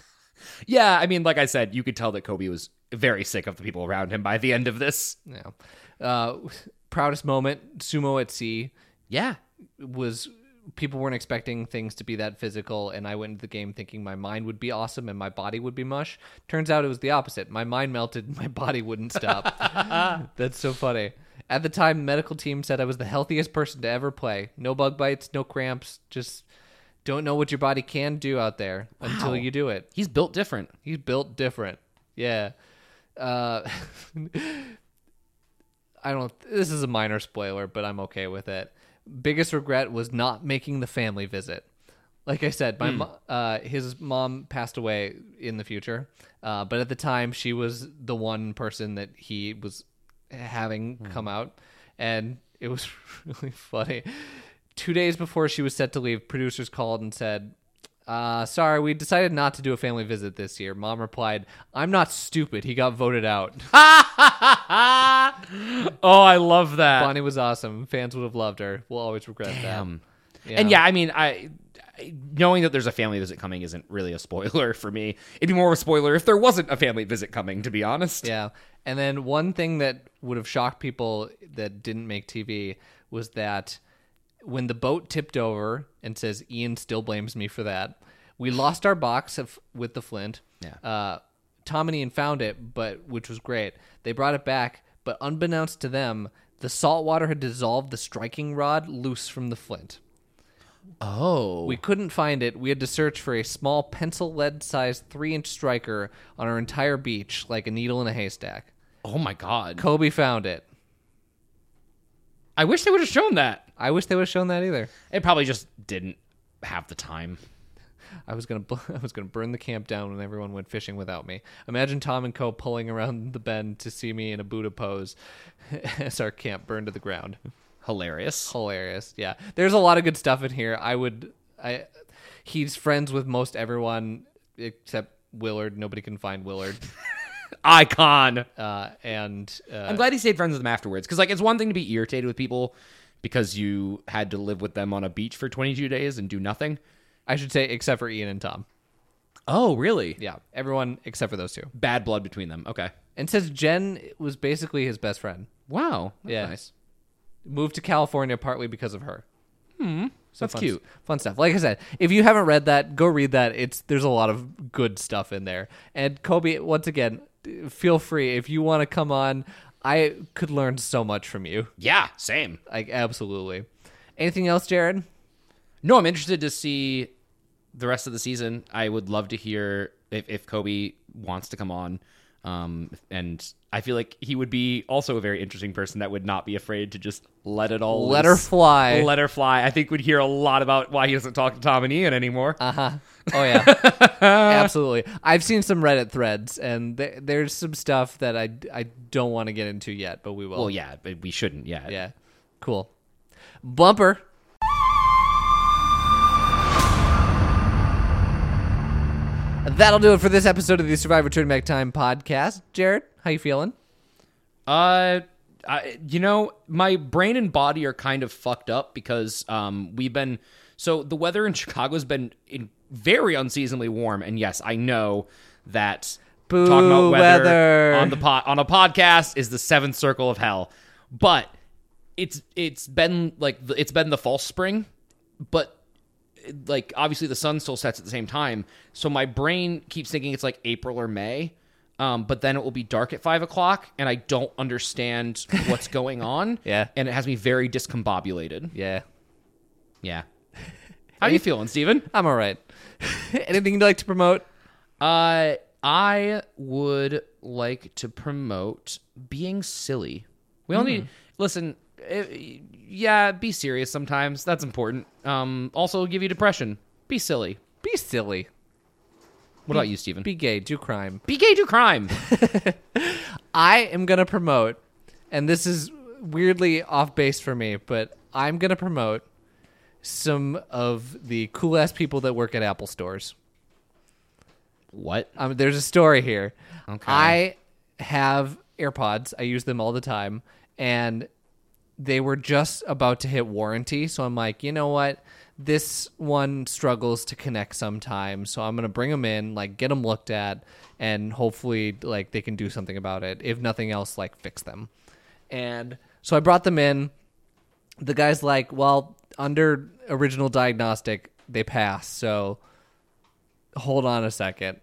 Speaker 1: Yeah, I mean, like I said, you could tell that Kobe was very sick of the people around him by the end of this.
Speaker 2: Yeah. Uh, proudest moment, sumo at sea
Speaker 1: Yeah.
Speaker 2: was people weren't expecting things to be that physical and I went into the game thinking my mind would be awesome and my body would be mush. Turns out it was the opposite. My mind melted, and my body wouldn't stop. That's so funny. At the time medical team said I was the healthiest person to ever play. No bug bites, no cramps, just don't know what your body can do out there until you do it.
Speaker 1: He's built different.
Speaker 2: He's built different. Yeah. Uh, I don't. This is a minor spoiler, but I'm okay with it. Biggest regret was not making the family visit. Like I said, my mo- uh, his mom passed away in the future, uh, but at the time she was the one person that he was having come out, and it was really funny. Two days before she was set to leave, producers called and said, uh, sorry, we decided not to do a family visit this year. Mom replied, I'm not stupid. He got voted out.
Speaker 1: oh, I love that.
Speaker 2: Bonnie was awesome. Fans would have loved her. We'll always regret
Speaker 1: Um, And yeah, I mean, I I- knowing that there's a family visit coming isn't really a spoiler for me. It'd be more of a spoiler if there wasn't a family visit coming, to be honest.
Speaker 2: that. Yeah. And then one thing that would have shocked people that didn't make TV was that when the boat tipped over and says, Ian still blames me for that, we lost our box of, with the Flint.
Speaker 1: Yeah.
Speaker 2: Uh, Tom and Ian found it, but which was great. They brought it back, but unbeknownst to them, the salt water had dissolved the striking rod loose from the flint.
Speaker 1: Oh,
Speaker 2: We couldn't find it. We had to search for a small pencil lead sized three inch striker on our entire beach, like a needle in a haystack.
Speaker 1: oh my God!
Speaker 2: Kobe found it.
Speaker 1: I wish they would have shown that.
Speaker 2: I wish they would have shown that either.
Speaker 1: It probably just didn't have the time.
Speaker 2: I was gonna, bl- I was gonna burn the camp down when everyone went fishing without me. Imagine Tom and Co. pulling around the bend to see me in a Buddha pose as our camp burned to the ground.
Speaker 1: Hilarious.
Speaker 2: hilarious. Yeah, there's a lot of good stuff in here. I would. I he's friends with most everyone except Willard. Nobody can find Willard.
Speaker 1: Icon.
Speaker 2: Uh, and uh,
Speaker 1: I'm glad he stayed friends with them afterwards because, like, it's one thing to be irritated with people because you had to live with them on a beach for 22 days and do nothing.
Speaker 2: I should say except for Ian and Tom.
Speaker 1: Oh, really?
Speaker 2: Yeah, everyone except for those two.
Speaker 1: Bad blood between them. Okay.
Speaker 2: And says Jen was basically his best friend.
Speaker 1: Wow. That's
Speaker 2: Yeah.
Speaker 1: nice.
Speaker 2: Moved to California partly because of her. Hmm. So
Speaker 1: that's
Speaker 2: fun-
Speaker 1: cute.
Speaker 2: Fun stuff. Like I said, if you haven't read that, go read that. It's there's a lot of good stuff in there. And Kobe, once again, d- feel free if you want to come on. I could learn so much from you.
Speaker 1: Yeah. Same.
Speaker 2: Like absolutely. Anything else, Jared?
Speaker 1: No, I'm interested to see the rest of the season. I would love to hear if, if Kobe wants to come on. Um, and I feel like he would be also a very interesting person that would not be afraid to just let it all
Speaker 2: Let her
Speaker 1: loose.
Speaker 2: fly.
Speaker 1: Let her fly. I think we'd hear a lot about why he doesn't talk to Tom and Ian anymore.
Speaker 2: Oh yeah, absolutely. I've seen some Reddit threads, and th- there's some stuff that I I don't want to get into yet, but we will.
Speaker 1: well, yeah, but we shouldn't. Yeah,
Speaker 2: yeah, cool. Bumper. That'll do it for this episode of the Survivor Turn Back Time podcast. Jared, how you feeling?
Speaker 1: Uh, I, you know, my brain and body are kind of fucked up because um, we've been so the weather in Chicago has been in very unseasonably warm, and yes, I know that
Speaker 2: Boo,
Speaker 1: talking about weather,
Speaker 2: weather.
Speaker 1: on the pot on a podcast is the seventh circle of hell, but it's it's been like the- it's been the false spring, but like obviously the sun still sets at the same time so my brain keeps thinking it's like april or may um, but then it will be dark at five o'clock and i don't understand what's going on
Speaker 2: Yeah.
Speaker 1: and it has me very discombobulated
Speaker 2: Yeah,
Speaker 1: yeah how you feeling steven
Speaker 2: I'm all right. Anything you'd like to promote?
Speaker 1: uh, i would like to promote being silly we only listen eh, yeah be serious sometimes that's important um, also it'll give you depression be silly
Speaker 2: Be silly.
Speaker 1: what about you steven
Speaker 2: Be gay. Do crime.
Speaker 1: be gay do crime
Speaker 2: I am going to promote, and this is weirdly off base for me, but I'm going to promote some of the cool ass people that work at Apple stores.
Speaker 1: What?
Speaker 2: Um, there's a story here.
Speaker 1: Okay.
Speaker 2: I have AirPods, I use them all the time, and they were just about to hit warranty. So I'm like, you know what? This one struggles to connect sometimes. So I'm going to bring them in, like, get them looked at, and hopefully, like, they can do something about it. If nothing else, like, fix them. And so I brought them in. The guy's like, well, under original diagnostic, they pass. So hold on a second.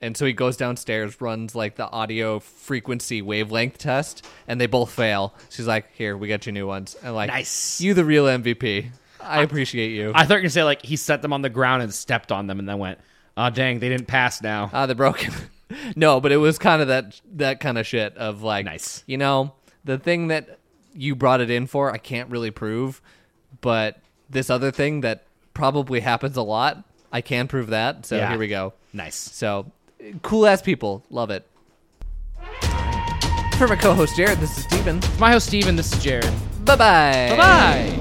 Speaker 2: And so he goes downstairs, runs like the audio frequency wavelength test, and they both fail. She's like, "Here, we got you new ones." And like,
Speaker 1: Nice.
Speaker 2: you the real MVP. I appreciate you.
Speaker 1: I thought you were gonna say like he set them on the ground and stepped on them and then went, "Ah, dang, they didn't pass now."
Speaker 2: Ah, the broken. no, but it was kind of that that kind of shit of like,
Speaker 1: Nice.
Speaker 2: You know, the thing that you brought it in for, I can't really prove, but this other thing that probably happens a lot, I can prove that. So
Speaker 1: Yeah.
Speaker 2: here we go.
Speaker 1: nice.
Speaker 2: So, cool ass people, love it. For my co-host Jared, this is Steven.
Speaker 1: My host Steven, this is Jared.
Speaker 2: Bye bye.
Speaker 1: Bye.